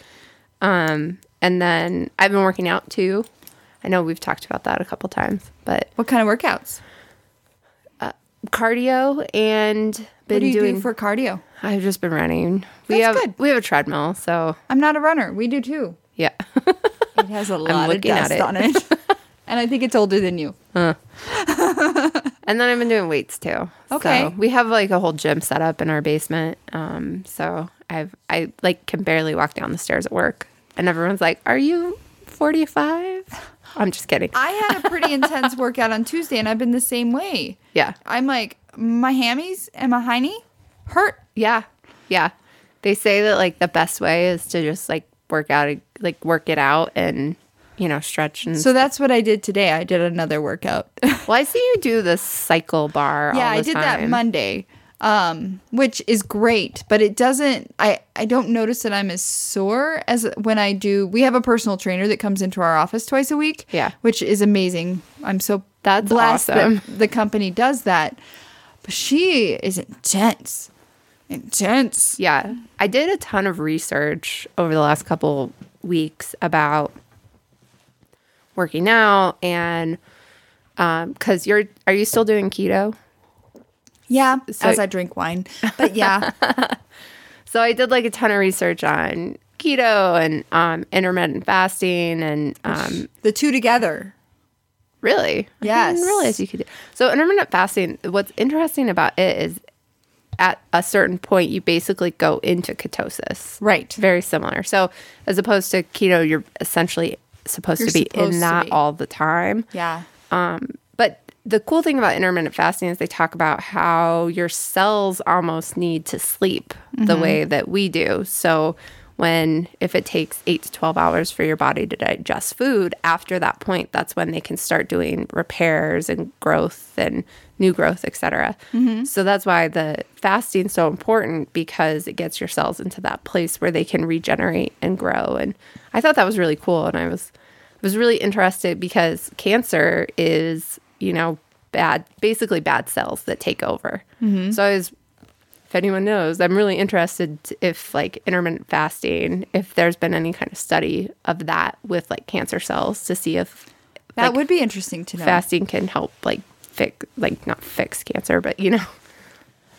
[SPEAKER 2] Um, and then I've been working out too. I know we've talked about that a couple times, but
[SPEAKER 1] What kind of workouts?
[SPEAKER 2] cardio and been
[SPEAKER 1] What do you
[SPEAKER 2] doing,
[SPEAKER 1] do for cardio?
[SPEAKER 2] I've just been running. we have,
[SPEAKER 1] That's good.
[SPEAKER 2] we have a treadmill. So,
[SPEAKER 1] I'm not a runner. We do too.
[SPEAKER 2] yeah.
[SPEAKER 1] It has a lot of
[SPEAKER 2] looking
[SPEAKER 1] dust
[SPEAKER 2] at it.
[SPEAKER 1] on it. and I think it's older than you.
[SPEAKER 2] And then I've been doing weights too.
[SPEAKER 1] Okay.
[SPEAKER 2] So we have like a whole gym set up in our basement. Um, so I've I like can barely walk down the stairs at work, and everyone's like, "Are you 45?" I'm just kidding.
[SPEAKER 1] I had a pretty intense workout on Tuesday and I've been the same way.
[SPEAKER 2] Yeah.
[SPEAKER 1] I'm like my hammies and my hiney hurt.
[SPEAKER 2] Yeah, yeah. They say that like the best way is to just like work out, like work it out, and you know stretch and.
[SPEAKER 1] So that's what I did today. I did another workout.
[SPEAKER 2] well, I see you do the cycle bar.
[SPEAKER 1] yeah
[SPEAKER 2] all
[SPEAKER 1] i
[SPEAKER 2] the
[SPEAKER 1] did that
[SPEAKER 2] time.
[SPEAKER 1] monday um which is great but it doesn't i i don't notice that i'm as sore as when i do we have a personal trainer that comes into our office twice a week
[SPEAKER 2] Yeah.
[SPEAKER 1] which is amazing i'm so
[SPEAKER 2] That's
[SPEAKER 1] blessed
[SPEAKER 2] awesome.
[SPEAKER 1] that the company does that but she is intense Intense.
[SPEAKER 2] Yeah. I did a ton of research over the last couple weeks about working out and um cuz you're are you still doing keto?
[SPEAKER 1] Yeah,
[SPEAKER 2] So-
[SPEAKER 1] as I drink wine. But yeah,
[SPEAKER 2] So I did like a ton of research on keto and um intermittent fasting and um
[SPEAKER 1] the two together.
[SPEAKER 2] Really? I
[SPEAKER 1] Yes.
[SPEAKER 2] didn't realize you could. Do. So intermittent fasting. What's interesting about it is, at a certain point, you basically go into ketosis.
[SPEAKER 1] Right.
[SPEAKER 2] Very similar. So as opposed to keto, you're essentially supposed
[SPEAKER 1] You're
[SPEAKER 2] to be
[SPEAKER 1] supposed to
[SPEAKER 2] in that
[SPEAKER 1] be.
[SPEAKER 2] all the time.
[SPEAKER 1] Yeah.
[SPEAKER 2] But the cool thing about intermittent fasting is they talk about how your cells almost need to sleep the way that we do. So when if it takes 8 to 12 hours for your body to digest food, after that point that's when they can start doing repairs and growth and new growth, etc. So that's why the fasting so important because it gets your cells into that place where they can regenerate and grow and I thought that was really cool and I was I was really interested because cancer is, you know, bad, basically bad cells that take over. So I was, if anyone knows, I'm really interested t- if like intermittent fasting, if there's been any kind of study of that with like cancer cells to see if
[SPEAKER 1] That
[SPEAKER 2] like,
[SPEAKER 1] would be interesting to know.
[SPEAKER 2] fasting can help like fix, like not fix cancer, but you know,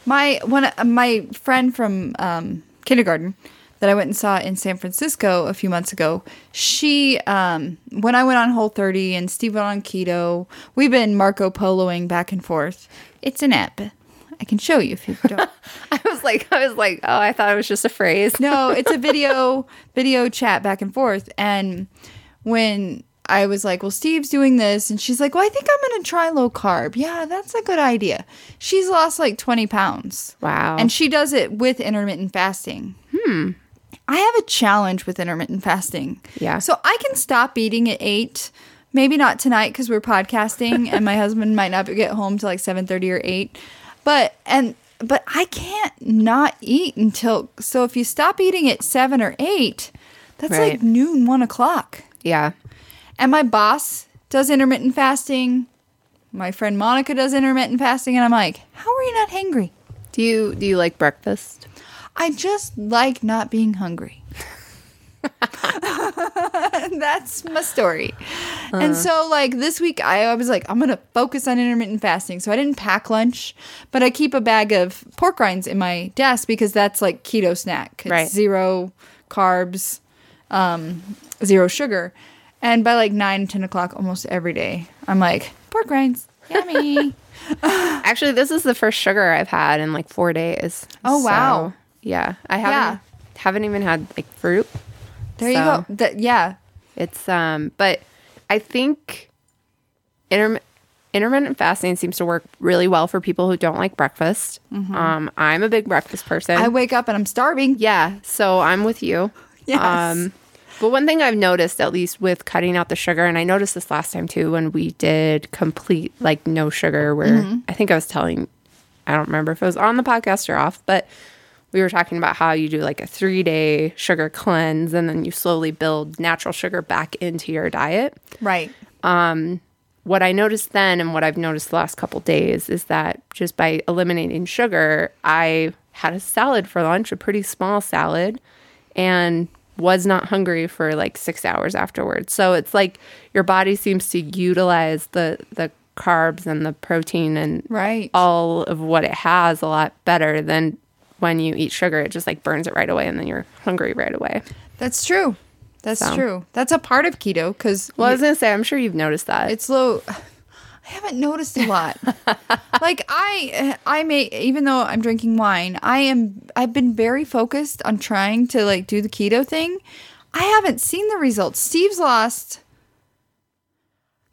[SPEAKER 1] My one uh, my friend from um, kindergarten that I went and saw in San Francisco a few months ago. She um, when I went on Whole 30 and Steve went on keto, we've been Marco Poloing back and forth. It's an app. I can show you if you don't.
[SPEAKER 2] I was like, I was like, oh, I thought it was just a phrase.
[SPEAKER 1] no, it's a video video chat back and forth. And when I was like, "Well, Steve's doing this," and she's like, "Well, I think I'm gonna try low carb." Yeah, that's a good idea. She's lost like 20 pounds.
[SPEAKER 2] Wow.
[SPEAKER 1] And she does it with intermittent fasting. Hmm. I have a challenge with intermittent fasting.
[SPEAKER 2] Yeah.
[SPEAKER 1] So I can stop eating at eight. Maybe not tonight because we're podcasting and my husband might not be- get home till like seven thirty or eight. But and but I can't not eat until so if you stop eating at seven or eight, that's like
[SPEAKER 2] Right.
[SPEAKER 1] noon, one o'clock.
[SPEAKER 2] Yeah.
[SPEAKER 1] And my boss does intermittent fasting. My friend Monica does intermittent fasting, and I'm like, how are you not hangry?
[SPEAKER 2] Do you, do you like breakfast?
[SPEAKER 1] I just like not being hungry. That's my story.
[SPEAKER 2] Uh.
[SPEAKER 1] and so, like, this week I, I was like, I'm going to focus on intermittent fasting. So I didn't pack lunch, but I keep a bag of pork rinds in my desk because that's like keto snack. It's
[SPEAKER 2] Right.
[SPEAKER 1] zero carbs, um, zero sugar. And by like 9, 10 o'clock almost every day, I'm like, pork rinds, yummy.
[SPEAKER 2] Actually, this is the first sugar I've had in like four days.
[SPEAKER 1] Oh, wow.
[SPEAKER 2] Yeah, I haven't haven't even had like fruit.
[SPEAKER 1] There
[SPEAKER 2] So-
[SPEAKER 1] you go. That yeah.
[SPEAKER 2] It's um, but I think intermittent intermittent fasting seems to work really well for people who don't like breakfast. Um, I'm a big breakfast person.
[SPEAKER 1] Mm-hmm. I wake up and I'm starving.
[SPEAKER 2] yeah, so I'm with you. Um,
[SPEAKER 1] Yes.
[SPEAKER 2] but one thing I've noticed, at least with cutting out the sugar, and I noticed this last time too when we did complete like no sugar, where I think I was telling, I don't remember if it was on the podcast or off, but we were talking about how you do like a three day sugar cleanse and then you slowly build natural sugar back into your diet
[SPEAKER 1] Right.
[SPEAKER 2] what I noticed then and what I've noticed the last couple days is that just by eliminating sugar, I had a salad for lunch, a pretty small salad, and was not hungry for like 6 hours afterwards. So it's like your body seems to utilize the the carbs and the protein and
[SPEAKER 1] Right.
[SPEAKER 2] all of what it has a lot better than when you eat sugar. It just like burns it right away and then you're hungry right away.
[SPEAKER 1] That's true. That's
[SPEAKER 2] So.
[SPEAKER 1] true. That's a part of keto because
[SPEAKER 2] Well, I was going to say I'm sure you've noticed that.
[SPEAKER 1] it's low. I haven't noticed a lot. like I, I may even though I'm drinking wine, I am. I've been very focused on trying to like do the keto thing. I haven't seen the results. Steve's lost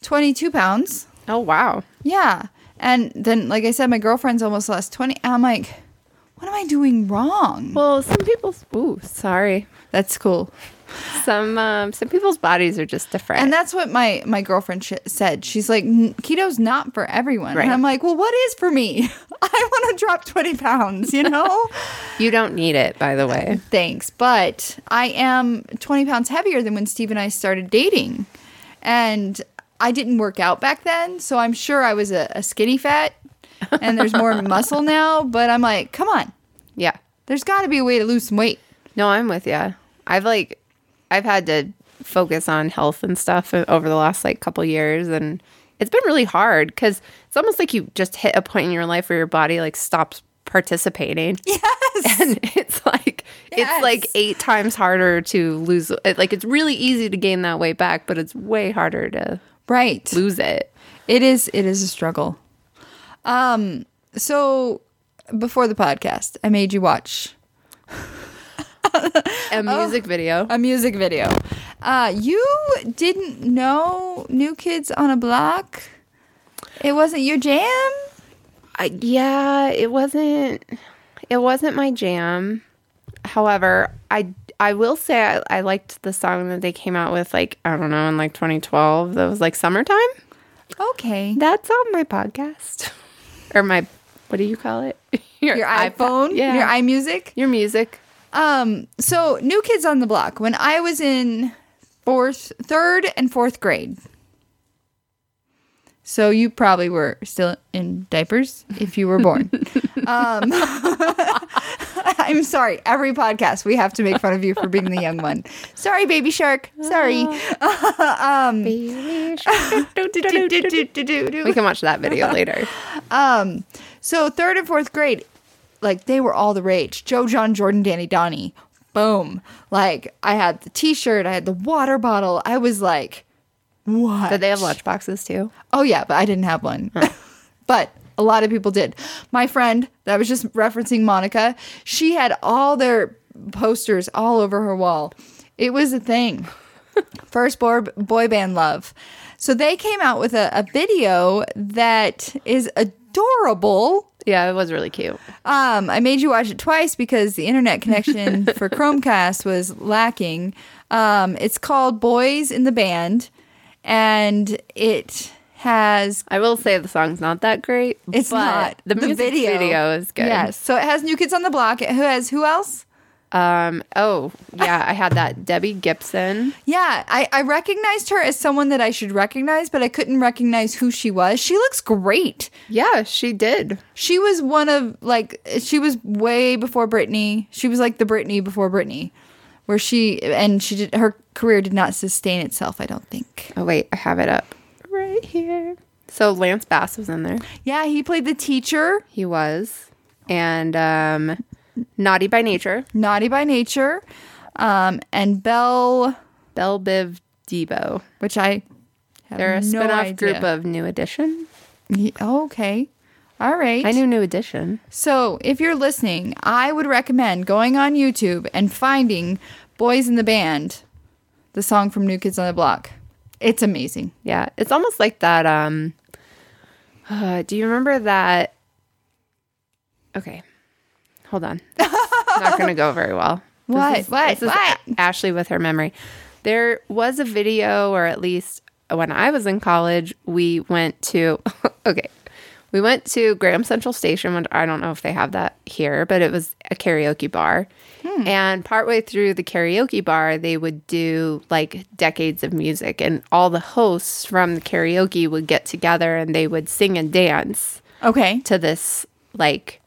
[SPEAKER 1] twenty two pounds.
[SPEAKER 2] oh wow.
[SPEAKER 1] Yeah, and then like I said, my girlfriend's almost lost twenty. I'm like, what am I doing wrong?
[SPEAKER 2] Well, some people ooh, sorry.
[SPEAKER 1] That's cool.
[SPEAKER 2] some um, some people's bodies are just different.
[SPEAKER 1] And that's what my my girlfriend sh- said. She's like, "N- keto's not for everyone.
[SPEAKER 2] Right.
[SPEAKER 1] And I'm like, well, what is for me? I want to drop 20 pounds, you know?
[SPEAKER 2] you don't need it, by the way.
[SPEAKER 1] Thanks. But I am 20 pounds heavier than when Steve and I started dating. And I didn't work out back then. So I'm sure I was a, a skinny fat and there's more muscle now. But I'm like, come on,
[SPEAKER 2] Yeah,
[SPEAKER 1] There's got to be a way to lose some weight.
[SPEAKER 2] No, I'm with you. I've like, I've had to focus on health and stuff over the last like couple years, and it's been really hard because it's almost like you just hit a point in your life where your body like stops participating.
[SPEAKER 1] Yes.
[SPEAKER 2] And it's like
[SPEAKER 1] Yes.
[SPEAKER 2] it's like eight times harder to lose. it- Like it's really easy to gain that weight back, but it's way harder to
[SPEAKER 1] Right.
[SPEAKER 2] lose it.
[SPEAKER 1] It is it is a struggle. Um so before the podcast, I made you watch
[SPEAKER 2] A music video.
[SPEAKER 1] a music video. Uh you didn't know New Kids on a Block? It wasn't your jam?
[SPEAKER 2] I, yeah, it wasn't it wasn't my jam. However, I I will say I, I liked the song that they came out with like I don't know in like 2012 that was like summertime.
[SPEAKER 1] Okay.
[SPEAKER 2] That's on my podcast or my what do you call it?
[SPEAKER 1] Your
[SPEAKER 2] iPod-
[SPEAKER 1] iPhone,
[SPEAKER 2] yeah.
[SPEAKER 1] your iMusic.
[SPEAKER 2] your music.
[SPEAKER 1] Um, so New Kids on the Block. When I was in fourth, third, and fourth grade, so you probably were still in diapers if you were born. um, I'm sorry. Every podcast we have to make fun of you for being the young one. Sorry, baby shark. Sorry. Do, do, do, do, do, do.
[SPEAKER 2] We can watch that video later.
[SPEAKER 1] Um, so third and fourth grade, like they were all the rage. Joe, John, Jordan, Danny, Donnie. Boom. Like I had the T-shirt, I had the water bottle. I was like, what?
[SPEAKER 2] But they have lunch boxes too.
[SPEAKER 1] Oh yeah, but I didn't have one. but a lot of people did. My friend that I was just referencing Monica, she had all their posters all over her wall. It was a thing. First boy, boy band love. So they came out with a, a video that is adorable.
[SPEAKER 2] Yeah, it was really cute.
[SPEAKER 1] Um, I made you watch it twice because the internet connection for Chromecast was lacking. Um, it's called Boys in the Band, and it has
[SPEAKER 2] I will say the song's not that great.
[SPEAKER 1] It's
[SPEAKER 2] but
[SPEAKER 1] not
[SPEAKER 2] The, music video. is good.
[SPEAKER 1] Yes. So it has New Kids on the Block. It has who else?
[SPEAKER 2] Um. Oh, yeah. I had that Debbie Gibson.
[SPEAKER 1] Yeah, I, I recognized her as someone that I should recognize, but I couldn't recognize who she was. She looks great.
[SPEAKER 2] Yeah, she did.
[SPEAKER 1] She was one of like she was way before Britney. She was like the Britney before Britney, where she and she did her career did not sustain itself. I don't think.
[SPEAKER 2] Oh wait, I have it up right here. So Lance Bass was in there.
[SPEAKER 1] Yeah, he played the teacher,
[SPEAKER 2] He was, and um, Naughty by Nature,
[SPEAKER 1] naughty by nature, um, and Belle,
[SPEAKER 2] Belle Biv DeVoe.
[SPEAKER 1] which I have
[SPEAKER 2] They're a
[SPEAKER 1] no
[SPEAKER 2] spin-off
[SPEAKER 1] idea.
[SPEAKER 2] group of New Edition.
[SPEAKER 1] Ye- oh, okay, all right.
[SPEAKER 2] I knew New Edition.
[SPEAKER 1] So, if you're listening, I would recommend going on YouTube and finding Boys in the Band, the song from New Kids on the Block. It's amazing.
[SPEAKER 2] Yeah, it's almost like that. Um, uh, do you remember that? Okay, hold on. It's not going to go very well. This
[SPEAKER 1] What?
[SPEAKER 2] is-
[SPEAKER 1] What?
[SPEAKER 2] This is
[SPEAKER 1] What?
[SPEAKER 2] A- Ashley with her memory. There was a video, or at least when I was in college, we went to. okay. We went to Graham Central Station, which I don't know if they have that here, but it was a karaoke bar.
[SPEAKER 1] Hmm.
[SPEAKER 2] And partway through the karaoke bar, they would do like decades of music, and all the hosts from the karaoke would get together and they would sing and dance
[SPEAKER 1] Okay.
[SPEAKER 2] to this like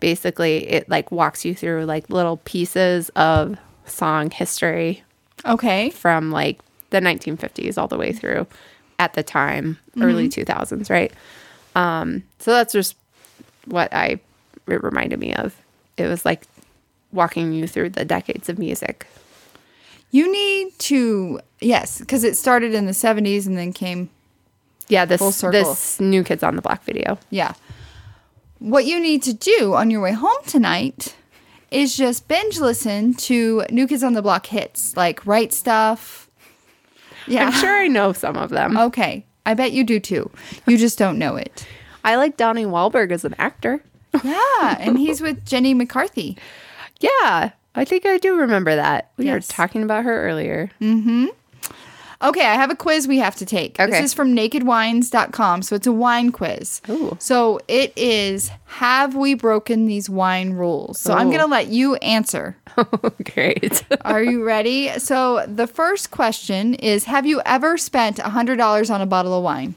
[SPEAKER 2] basically it like walks you through like little pieces of song history
[SPEAKER 1] Okay.
[SPEAKER 2] from like the 1950s all the way through at the time
[SPEAKER 1] Mm-hmm.
[SPEAKER 2] early 2000s right um so that's just what i it reminded me of it was like walking you through the decades of music
[SPEAKER 1] You need to, yes, because it started in the 70s and then came,
[SPEAKER 2] yeah this
[SPEAKER 1] Full circle.
[SPEAKER 2] this new kids on the block video
[SPEAKER 1] yeah. What you need to do on your way home tonight is just binge listen to New Kids on the Block hits, like Right Stuff. Yeah. Oh.
[SPEAKER 2] i'm sure i know some of them
[SPEAKER 1] Okay. I bet you do too. You just don't know it.
[SPEAKER 2] i like donnie Wahlberg as an actor
[SPEAKER 1] Yeah, and he's with Jenny McCarthy.
[SPEAKER 2] Yeah, I think I do remember that. We
[SPEAKER 1] Yes.
[SPEAKER 2] were talking about her earlier.
[SPEAKER 1] Okay, I have a quiz we have to take. This
[SPEAKER 2] Okay.
[SPEAKER 1] is from nakedwines.com, so it's a wine quiz.
[SPEAKER 2] Ooh.
[SPEAKER 1] So it is have we broken these wine rules? So I'm
[SPEAKER 2] Ooh.
[SPEAKER 1] going to let you answer.
[SPEAKER 2] Oh, Great.
[SPEAKER 1] Are you ready? So the first question is have you ever spent $100 on a bottle of wine?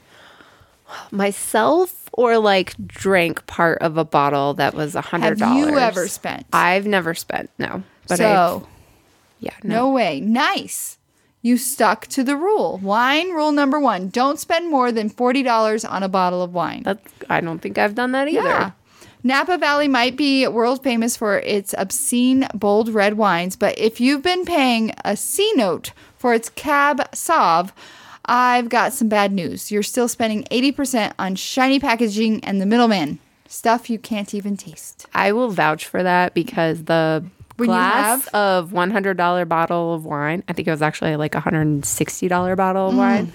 [SPEAKER 2] Myself or like drank part of a bottle that was a hundred
[SPEAKER 1] Have
[SPEAKER 2] dollars.
[SPEAKER 1] you ever spent?
[SPEAKER 2] I've never spent. No, but I
[SPEAKER 1] so
[SPEAKER 2] yeah no.
[SPEAKER 1] no way. Nice. You stuck to the rule. Wine rule number one: don't spend more than forty dollars on a bottle of wine.
[SPEAKER 2] That's I don't think I've done that either.
[SPEAKER 1] Yeah. Napa Valley might be world famous for its obscene bold red wines, but if you've been paying a C note for its Cab Sauv, I've got some bad news. You're still spending 80% on shiny packaging and the middleman, stuff you can't even taste.
[SPEAKER 2] I will vouch for that because the
[SPEAKER 1] When you
[SPEAKER 2] glass
[SPEAKER 1] have-
[SPEAKER 2] of one hundred dollar bottle of wine, I think it was actually like a hundred and sixty dollar bottle of wine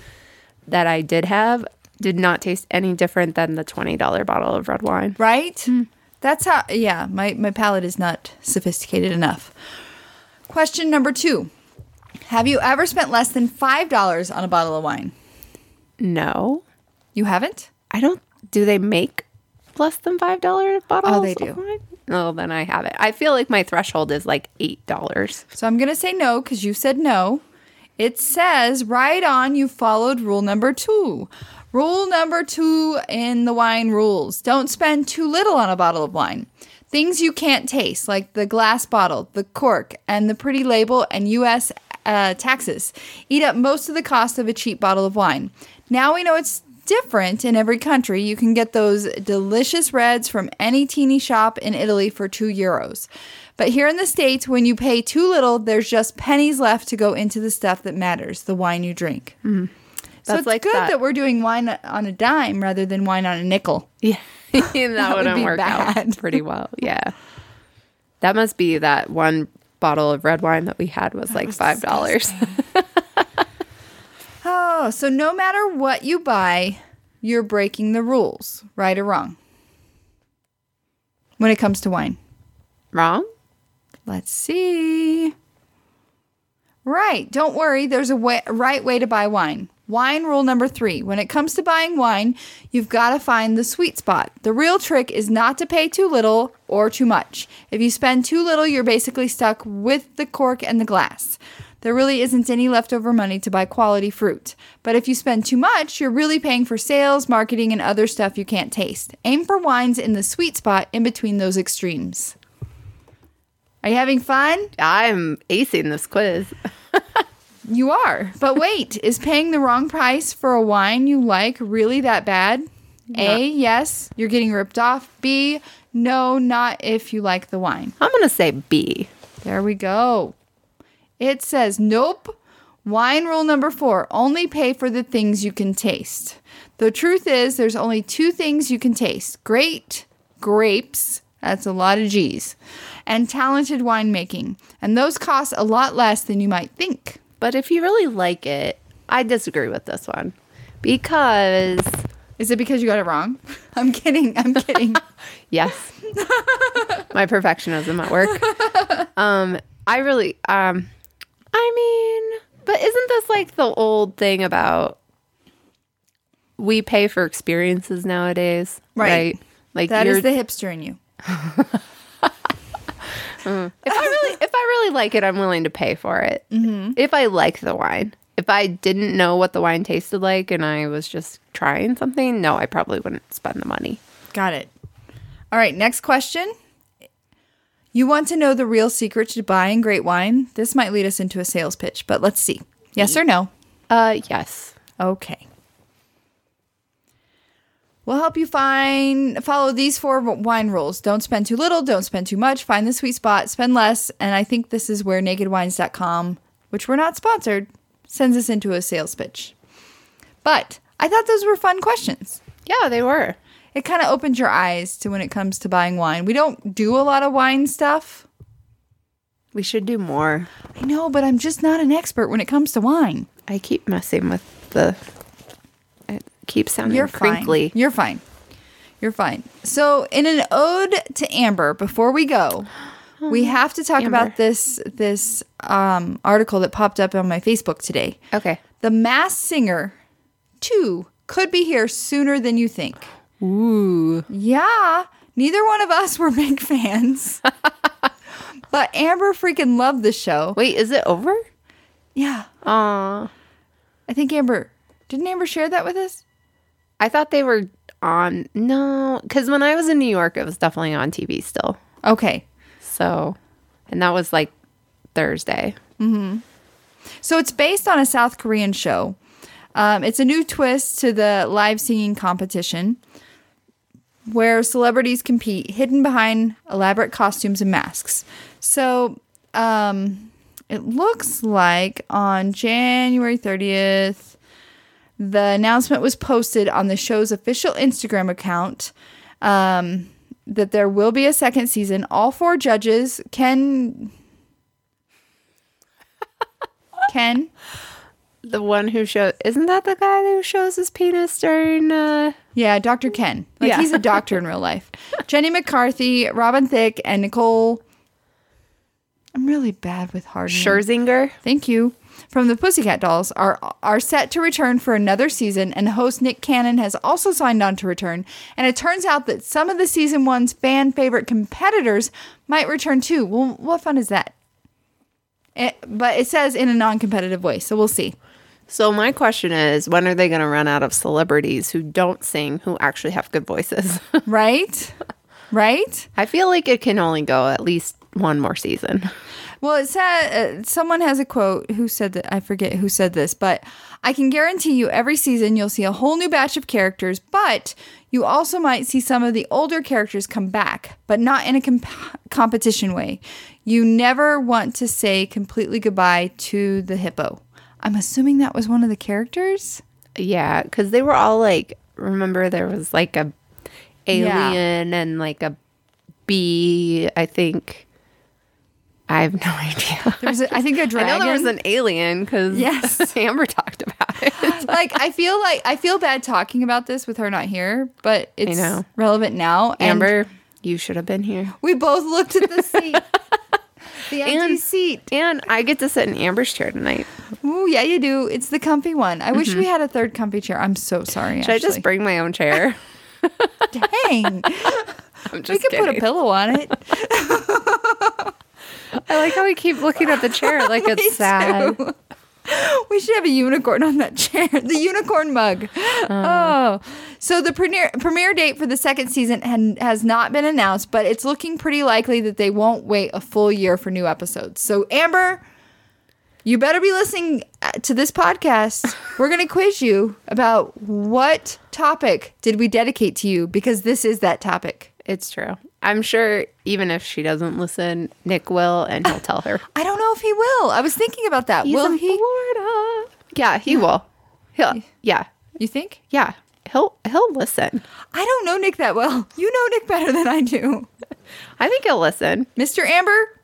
[SPEAKER 2] that I did have, did not taste any different than the twenty dollar bottle of red wine.
[SPEAKER 1] Right? That's how, yeah, my, my palate is not sophisticated enough. Question number two Have you ever spent less than $5 on a bottle of wine?
[SPEAKER 2] No,
[SPEAKER 1] You haven't?
[SPEAKER 2] I don't. Do they make less than five dollar bottles?
[SPEAKER 1] they do.
[SPEAKER 2] Of wine? Oh, then I have it. I feel like my threshold is like eight dollars.
[SPEAKER 1] So I'm going to say no because you said no. It says right on you followed rule number two. Rule number two in the wine rules don't spend too little on a bottle of wine. Things you can't taste, like the glass bottle, the cork, and the pretty label, and US uh, taxes, eat up most of the cost of a cheap bottle of wine. Now we know it's different in every country. You can get those delicious reds from any teeny shop in Italy for two euros. But here in the States, when you pay too little, there's just pennies left to go into the stuff that matters the wine you drink. so
[SPEAKER 2] Mm-hmm. That's
[SPEAKER 1] it's
[SPEAKER 2] like
[SPEAKER 1] good that.
[SPEAKER 2] that.
[SPEAKER 1] we're doing wine on a dime rather than wine on a nickel.
[SPEAKER 2] Yeah. that, wouldn't
[SPEAKER 1] be
[SPEAKER 2] work
[SPEAKER 1] bad.
[SPEAKER 2] out pretty well. Yeah. That must be that one bottle of red wine that we had was like five dollars.
[SPEAKER 1] Oh, so no matter what you buy, you're breaking the rules, right or wrong, when it comes to wine.
[SPEAKER 2] Wrong?
[SPEAKER 1] Let's see. Right. Don't worry. There's a way, right way to buy wine. Wine rule number three. When it comes to buying wine, you've got to find the sweet spot. The real trick is not to pay too little or too much. If you spend too little, you're basically stuck with the cork and the glass. There really isn't any leftover money to buy quality fruit. But if you spend too much, you're really paying for sales, marketing, and other stuff you can't taste. Aim for wines in the sweet spot in between those extremes. Are you having fun?
[SPEAKER 2] I'm acing this quiz.
[SPEAKER 1] You are. But wait, is paying the wrong price for a wine you like really that bad? A, yes, you're getting ripped off. B, no, not if you like the wine.
[SPEAKER 2] I'm gonna say B.
[SPEAKER 1] There we go. It says, nope. Wine rule number four only pay for the things you can taste. The truth is, there's only two things you can taste great grapes, that's a lot of G's, and talented winemaking. And those cost a lot less than you might think.
[SPEAKER 2] But if you really like it, I disagree with this one. Because
[SPEAKER 1] Is it because you got it wrong? I'm kidding. I'm kidding.
[SPEAKER 2] yes. my perfectionism at work. Um I really um I mean but isn't this like the old thing about we pay for experiences nowadays?
[SPEAKER 1] Right.
[SPEAKER 2] Like
[SPEAKER 1] That
[SPEAKER 2] you're
[SPEAKER 1] is the hipster in you.
[SPEAKER 2] if I really if I really like it, I'm willing to pay for it. If I like the wine, if I didn't know what the wine tasted like and I was just trying something, no, I probably wouldn't spend the money.
[SPEAKER 1] Got it. All right, next question. You want to know the real secret to buying great wine? This might lead us into a sales pitch, but let's see. Yes or no?
[SPEAKER 2] Uh, yes,
[SPEAKER 1] Okay. We'll help you find follow these four wine rules. Don't spend too little, don't spend too much, find the sweet spot, spend less, and I think this is where nakedwines.com, which we're not sponsored, sends us into a sales pitch. But I thought those were fun questions
[SPEAKER 2] yeah, they were.
[SPEAKER 1] it kind of opens your eyes to when it comes to buying wine. We don't do a lot of wine stuff.
[SPEAKER 2] We should do more.
[SPEAKER 1] I know, but I'm just not an expert when it comes to wine.
[SPEAKER 2] I keep messing with the. It keeps sounding
[SPEAKER 1] You're
[SPEAKER 2] crinkly.
[SPEAKER 1] fine. You're fine. You're fine. So, in an ode to Amber, before we go, we have to talk about this this um, article that popped up on my Facebook today.
[SPEAKER 2] Okay.
[SPEAKER 1] The Mass Singer 2 could be here sooner than you think.
[SPEAKER 2] Ooh.
[SPEAKER 1] Yeah, neither one of us were big fans. but Amber freaking loved the show.
[SPEAKER 2] Wait, is it over?
[SPEAKER 1] Yeah.
[SPEAKER 2] Aw.
[SPEAKER 1] I think Amber didn't Amber share that with us?
[SPEAKER 2] I thought they were on. No, because when I was in New York, it was definitely on TV still.
[SPEAKER 1] Okay.
[SPEAKER 2] So, and that was like Thursday.
[SPEAKER 1] So it's based on a South Korean show. Um, it's a new twist to the live singing competition where celebrities compete hidden behind elaborate costumes and masks. So um, it looks like on January 30th, the announcement was posted on the show's official Instagram account um, that there will be a second season. All four judges, Ken. Ken.
[SPEAKER 2] The one who showed isn't that the guy who shows his penis during? Uh,
[SPEAKER 1] Yeah, Dr. Ken. Like
[SPEAKER 2] Yeah.
[SPEAKER 1] he's a doctor in real life. Jenny McCarthy, Robin Thicke, and Nicole. I'm really bad with hard names.
[SPEAKER 2] Scherzinger.
[SPEAKER 1] Thank you. From the Pussycat Dolls are are set to return for another season, and host Nick Cannon has also signed on to return. And it turns out that some of the season one's fan favorite competitors might return too. Well, what fun is that? It, but it says in a non-competitive way, so we'll see.
[SPEAKER 2] So my question is, when are they going to run out of celebrities who don't sing who actually have good voices?
[SPEAKER 1] Right? right?
[SPEAKER 2] I feel like it can only go at least one more season.
[SPEAKER 1] Well, it said uh, someone has a quote who said that I forget who said this, but I can guarantee you every season you'll see a whole new batch of characters, but you also might see some of the older characters come back, but not in a comp- competition way. You never want to say completely goodbye to the hippo. I'm assuming that was one of the characters.
[SPEAKER 2] Yeah, because they were all like, remember there was like a
[SPEAKER 1] Yeah.
[SPEAKER 2] alien and like a bee. I think I have no idea.
[SPEAKER 1] There was a, I think a
[SPEAKER 2] I
[SPEAKER 1] dragon.
[SPEAKER 2] know there was an alien because
[SPEAKER 1] Yes.
[SPEAKER 2] Amber talked about it.
[SPEAKER 1] like I feel like I feel bad talking about this with her not here, but it's
[SPEAKER 2] know.
[SPEAKER 1] relevant now. and-
[SPEAKER 2] Amber, you should have been here.
[SPEAKER 1] We both looked at the seat. the empty
[SPEAKER 2] And-
[SPEAKER 1] seat.
[SPEAKER 2] And I get to sit in Amber's chair tonight.
[SPEAKER 1] Ooh, yeah, you do. It's the comfy one. I wish we had a third comfy chair. I'm so sorry.
[SPEAKER 2] Mm-hmm. Should I just bring my own chair?
[SPEAKER 1] Dang.
[SPEAKER 2] I'm
[SPEAKER 1] we
[SPEAKER 2] just
[SPEAKER 1] could put a
[SPEAKER 2] kidding.
[SPEAKER 1] pillow on it.
[SPEAKER 2] I like how we keep looking at the chair like it's sad.
[SPEAKER 1] we should have a unicorn on that chair. The unicorn mug.
[SPEAKER 2] Uh.
[SPEAKER 1] Oh. So the premiere premiere date for the second season had, has not been announced, but it's looking pretty likely that they won't wait a full year for new episodes. So Amber, you better be listening uh, to this podcast. We're going to quiz you about what topic did we dedicate to you because this is that topic.
[SPEAKER 2] It's true. I'm sure even if she doesn't listen, Nick will and he'll tell her.
[SPEAKER 1] I don't know if he will. I was thinking about that. will
[SPEAKER 2] in
[SPEAKER 1] he?
[SPEAKER 2] Florida. Yeah, he will. He'll yeah.
[SPEAKER 1] You think?
[SPEAKER 2] Yeah. He'll he'll listen.
[SPEAKER 1] I don't know Nick that well. You know Nick better than I do.
[SPEAKER 2] I think he'll listen.
[SPEAKER 1] Mr. Amber,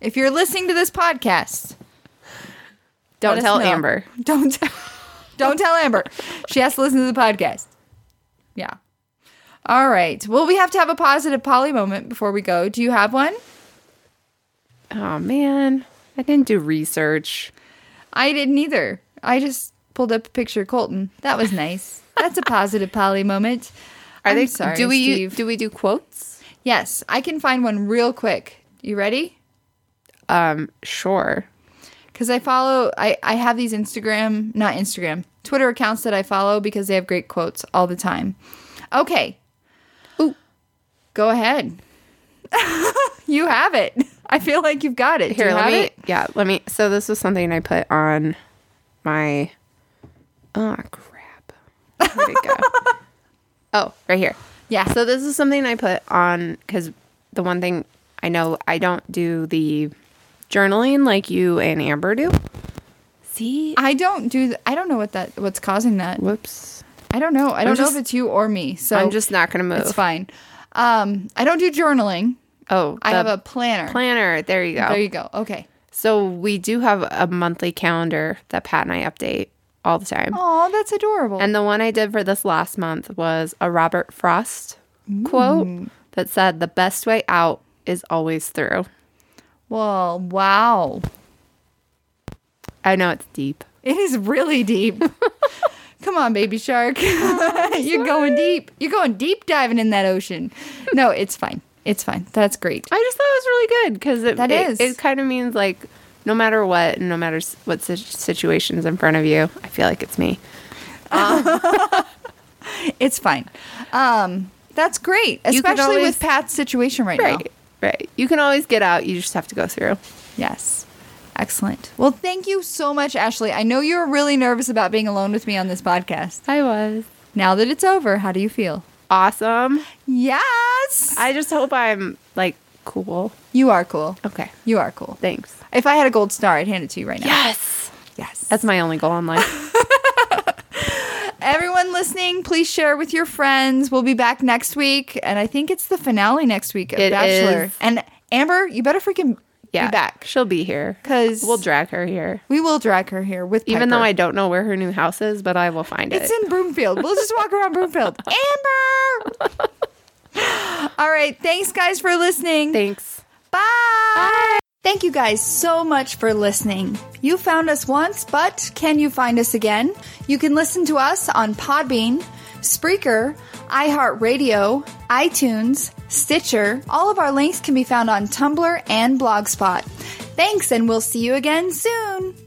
[SPEAKER 1] if you're listening to this podcast, let
[SPEAKER 2] Don't
[SPEAKER 1] us
[SPEAKER 2] tell
[SPEAKER 1] know.
[SPEAKER 2] Amber.
[SPEAKER 1] Don't tell. Don't tell Amber. She has to listen to the podcast. Yeah. All right. Well, we have to have a positive poly moment before we go. Do you have one?
[SPEAKER 2] Oh man. I didn't do research.
[SPEAKER 1] I didn't either. I just pulled up a picture of Colton. That was nice. That's a positive poly moment.
[SPEAKER 2] Are
[SPEAKER 1] I'm
[SPEAKER 2] they
[SPEAKER 1] sorry,
[SPEAKER 2] do we
[SPEAKER 1] Steve.
[SPEAKER 2] do we do quotes?
[SPEAKER 1] yes, I can find one real quick. You ready?
[SPEAKER 2] Um sure.
[SPEAKER 1] because I follow, I, I have these Instagram, not Instagram, Twitter accounts that I follow because they have great quotes all the time. Okay. Ooh. Go ahead. you have it. I feel like you've got it. Do
[SPEAKER 2] Here,
[SPEAKER 1] you
[SPEAKER 2] let
[SPEAKER 1] have
[SPEAKER 2] me
[SPEAKER 1] it?
[SPEAKER 2] yeah, let me so this was something I put on my Oh crap. Where'd it go? oh, right here.
[SPEAKER 1] Yeah.
[SPEAKER 2] So this is something I put on because the one thing I know I don't do the journaling like you and Amber do. See?
[SPEAKER 1] I don't do. th- I don't know what that. What's causing that?
[SPEAKER 2] Whoops.
[SPEAKER 1] I don't know. I don't know
[SPEAKER 2] just-
[SPEAKER 1] if it's you or me. So
[SPEAKER 2] I'm just not gonna move.
[SPEAKER 1] It's fine. Um, I don't do journaling.
[SPEAKER 2] Oh,
[SPEAKER 1] I
[SPEAKER 2] the
[SPEAKER 1] have a planner.
[SPEAKER 2] planner. There you go.
[SPEAKER 1] There you go. Okay.
[SPEAKER 2] so we do have a monthly calendar that Pat and I update all the time.
[SPEAKER 1] Oh, that's adorable.
[SPEAKER 2] And the one I did for this last month was a Robert Frost
[SPEAKER 1] Mm.
[SPEAKER 2] quote that said, "The best way out is always through."
[SPEAKER 1] well, wow.
[SPEAKER 2] I know it's deep.
[SPEAKER 1] It is really deep. Come on, baby shark. You're going deep. You're going deep diving in that ocean. No, it's fine. It's fine. That's great.
[SPEAKER 2] I just thought it was really good because it,
[SPEAKER 1] That
[SPEAKER 2] it,
[SPEAKER 1] is.
[SPEAKER 2] it kind of means like no matter what, and no matter s- what si- situations in front of you, I feel like it's me.
[SPEAKER 1] it's fine. Um, that's great,
[SPEAKER 2] You could
[SPEAKER 1] especially
[SPEAKER 2] always-
[SPEAKER 1] with Pat's situation right,
[SPEAKER 2] Right.
[SPEAKER 1] now.
[SPEAKER 2] Right. You can always get out. You just have to go through.
[SPEAKER 1] Yes. Excellent. Well, thank you so much, Ashley. I know you're really nervous about being alone with me on this podcast.
[SPEAKER 2] I was.
[SPEAKER 1] Now that it's over, how do you feel?
[SPEAKER 2] Awesome.
[SPEAKER 1] Yes.
[SPEAKER 2] I just hope I'm like cool.
[SPEAKER 1] you are cool.
[SPEAKER 2] Okay.
[SPEAKER 1] You are cool.
[SPEAKER 2] Thanks.
[SPEAKER 1] If I had a gold star, I'd hand it to you right now.
[SPEAKER 2] Yes.
[SPEAKER 1] Yes.
[SPEAKER 2] That's my only goal in life.
[SPEAKER 1] Everyone listening, please share with your friends. We'll be back next week, and I think it's the finale next week of
[SPEAKER 2] It
[SPEAKER 1] Bachelor.
[SPEAKER 2] is.
[SPEAKER 1] And Amber, you better freaking
[SPEAKER 2] Yeah.
[SPEAKER 1] be back.
[SPEAKER 2] She'll be here.
[SPEAKER 1] 'Cause-
[SPEAKER 2] we'll drag her here.
[SPEAKER 1] We will drag her here with
[SPEAKER 2] Even though
[SPEAKER 1] Piper.
[SPEAKER 2] I don't know where her new house is, but I will find
[SPEAKER 1] It's
[SPEAKER 2] it.
[SPEAKER 1] in Broomfield. We'll just walk around Broomfield. Amber. All right. Thanks, guys, for listening.
[SPEAKER 2] Thanks.
[SPEAKER 1] Bye. Bye. Thank you guys so much for listening. You found us once, but can you find us again? You can listen to us on Podbean, Spreaker, iHeartRadio, iTunes, Stitcher. All of our links can be found on Tumblr and Blogspot. Thanks, and we'll see you again soon.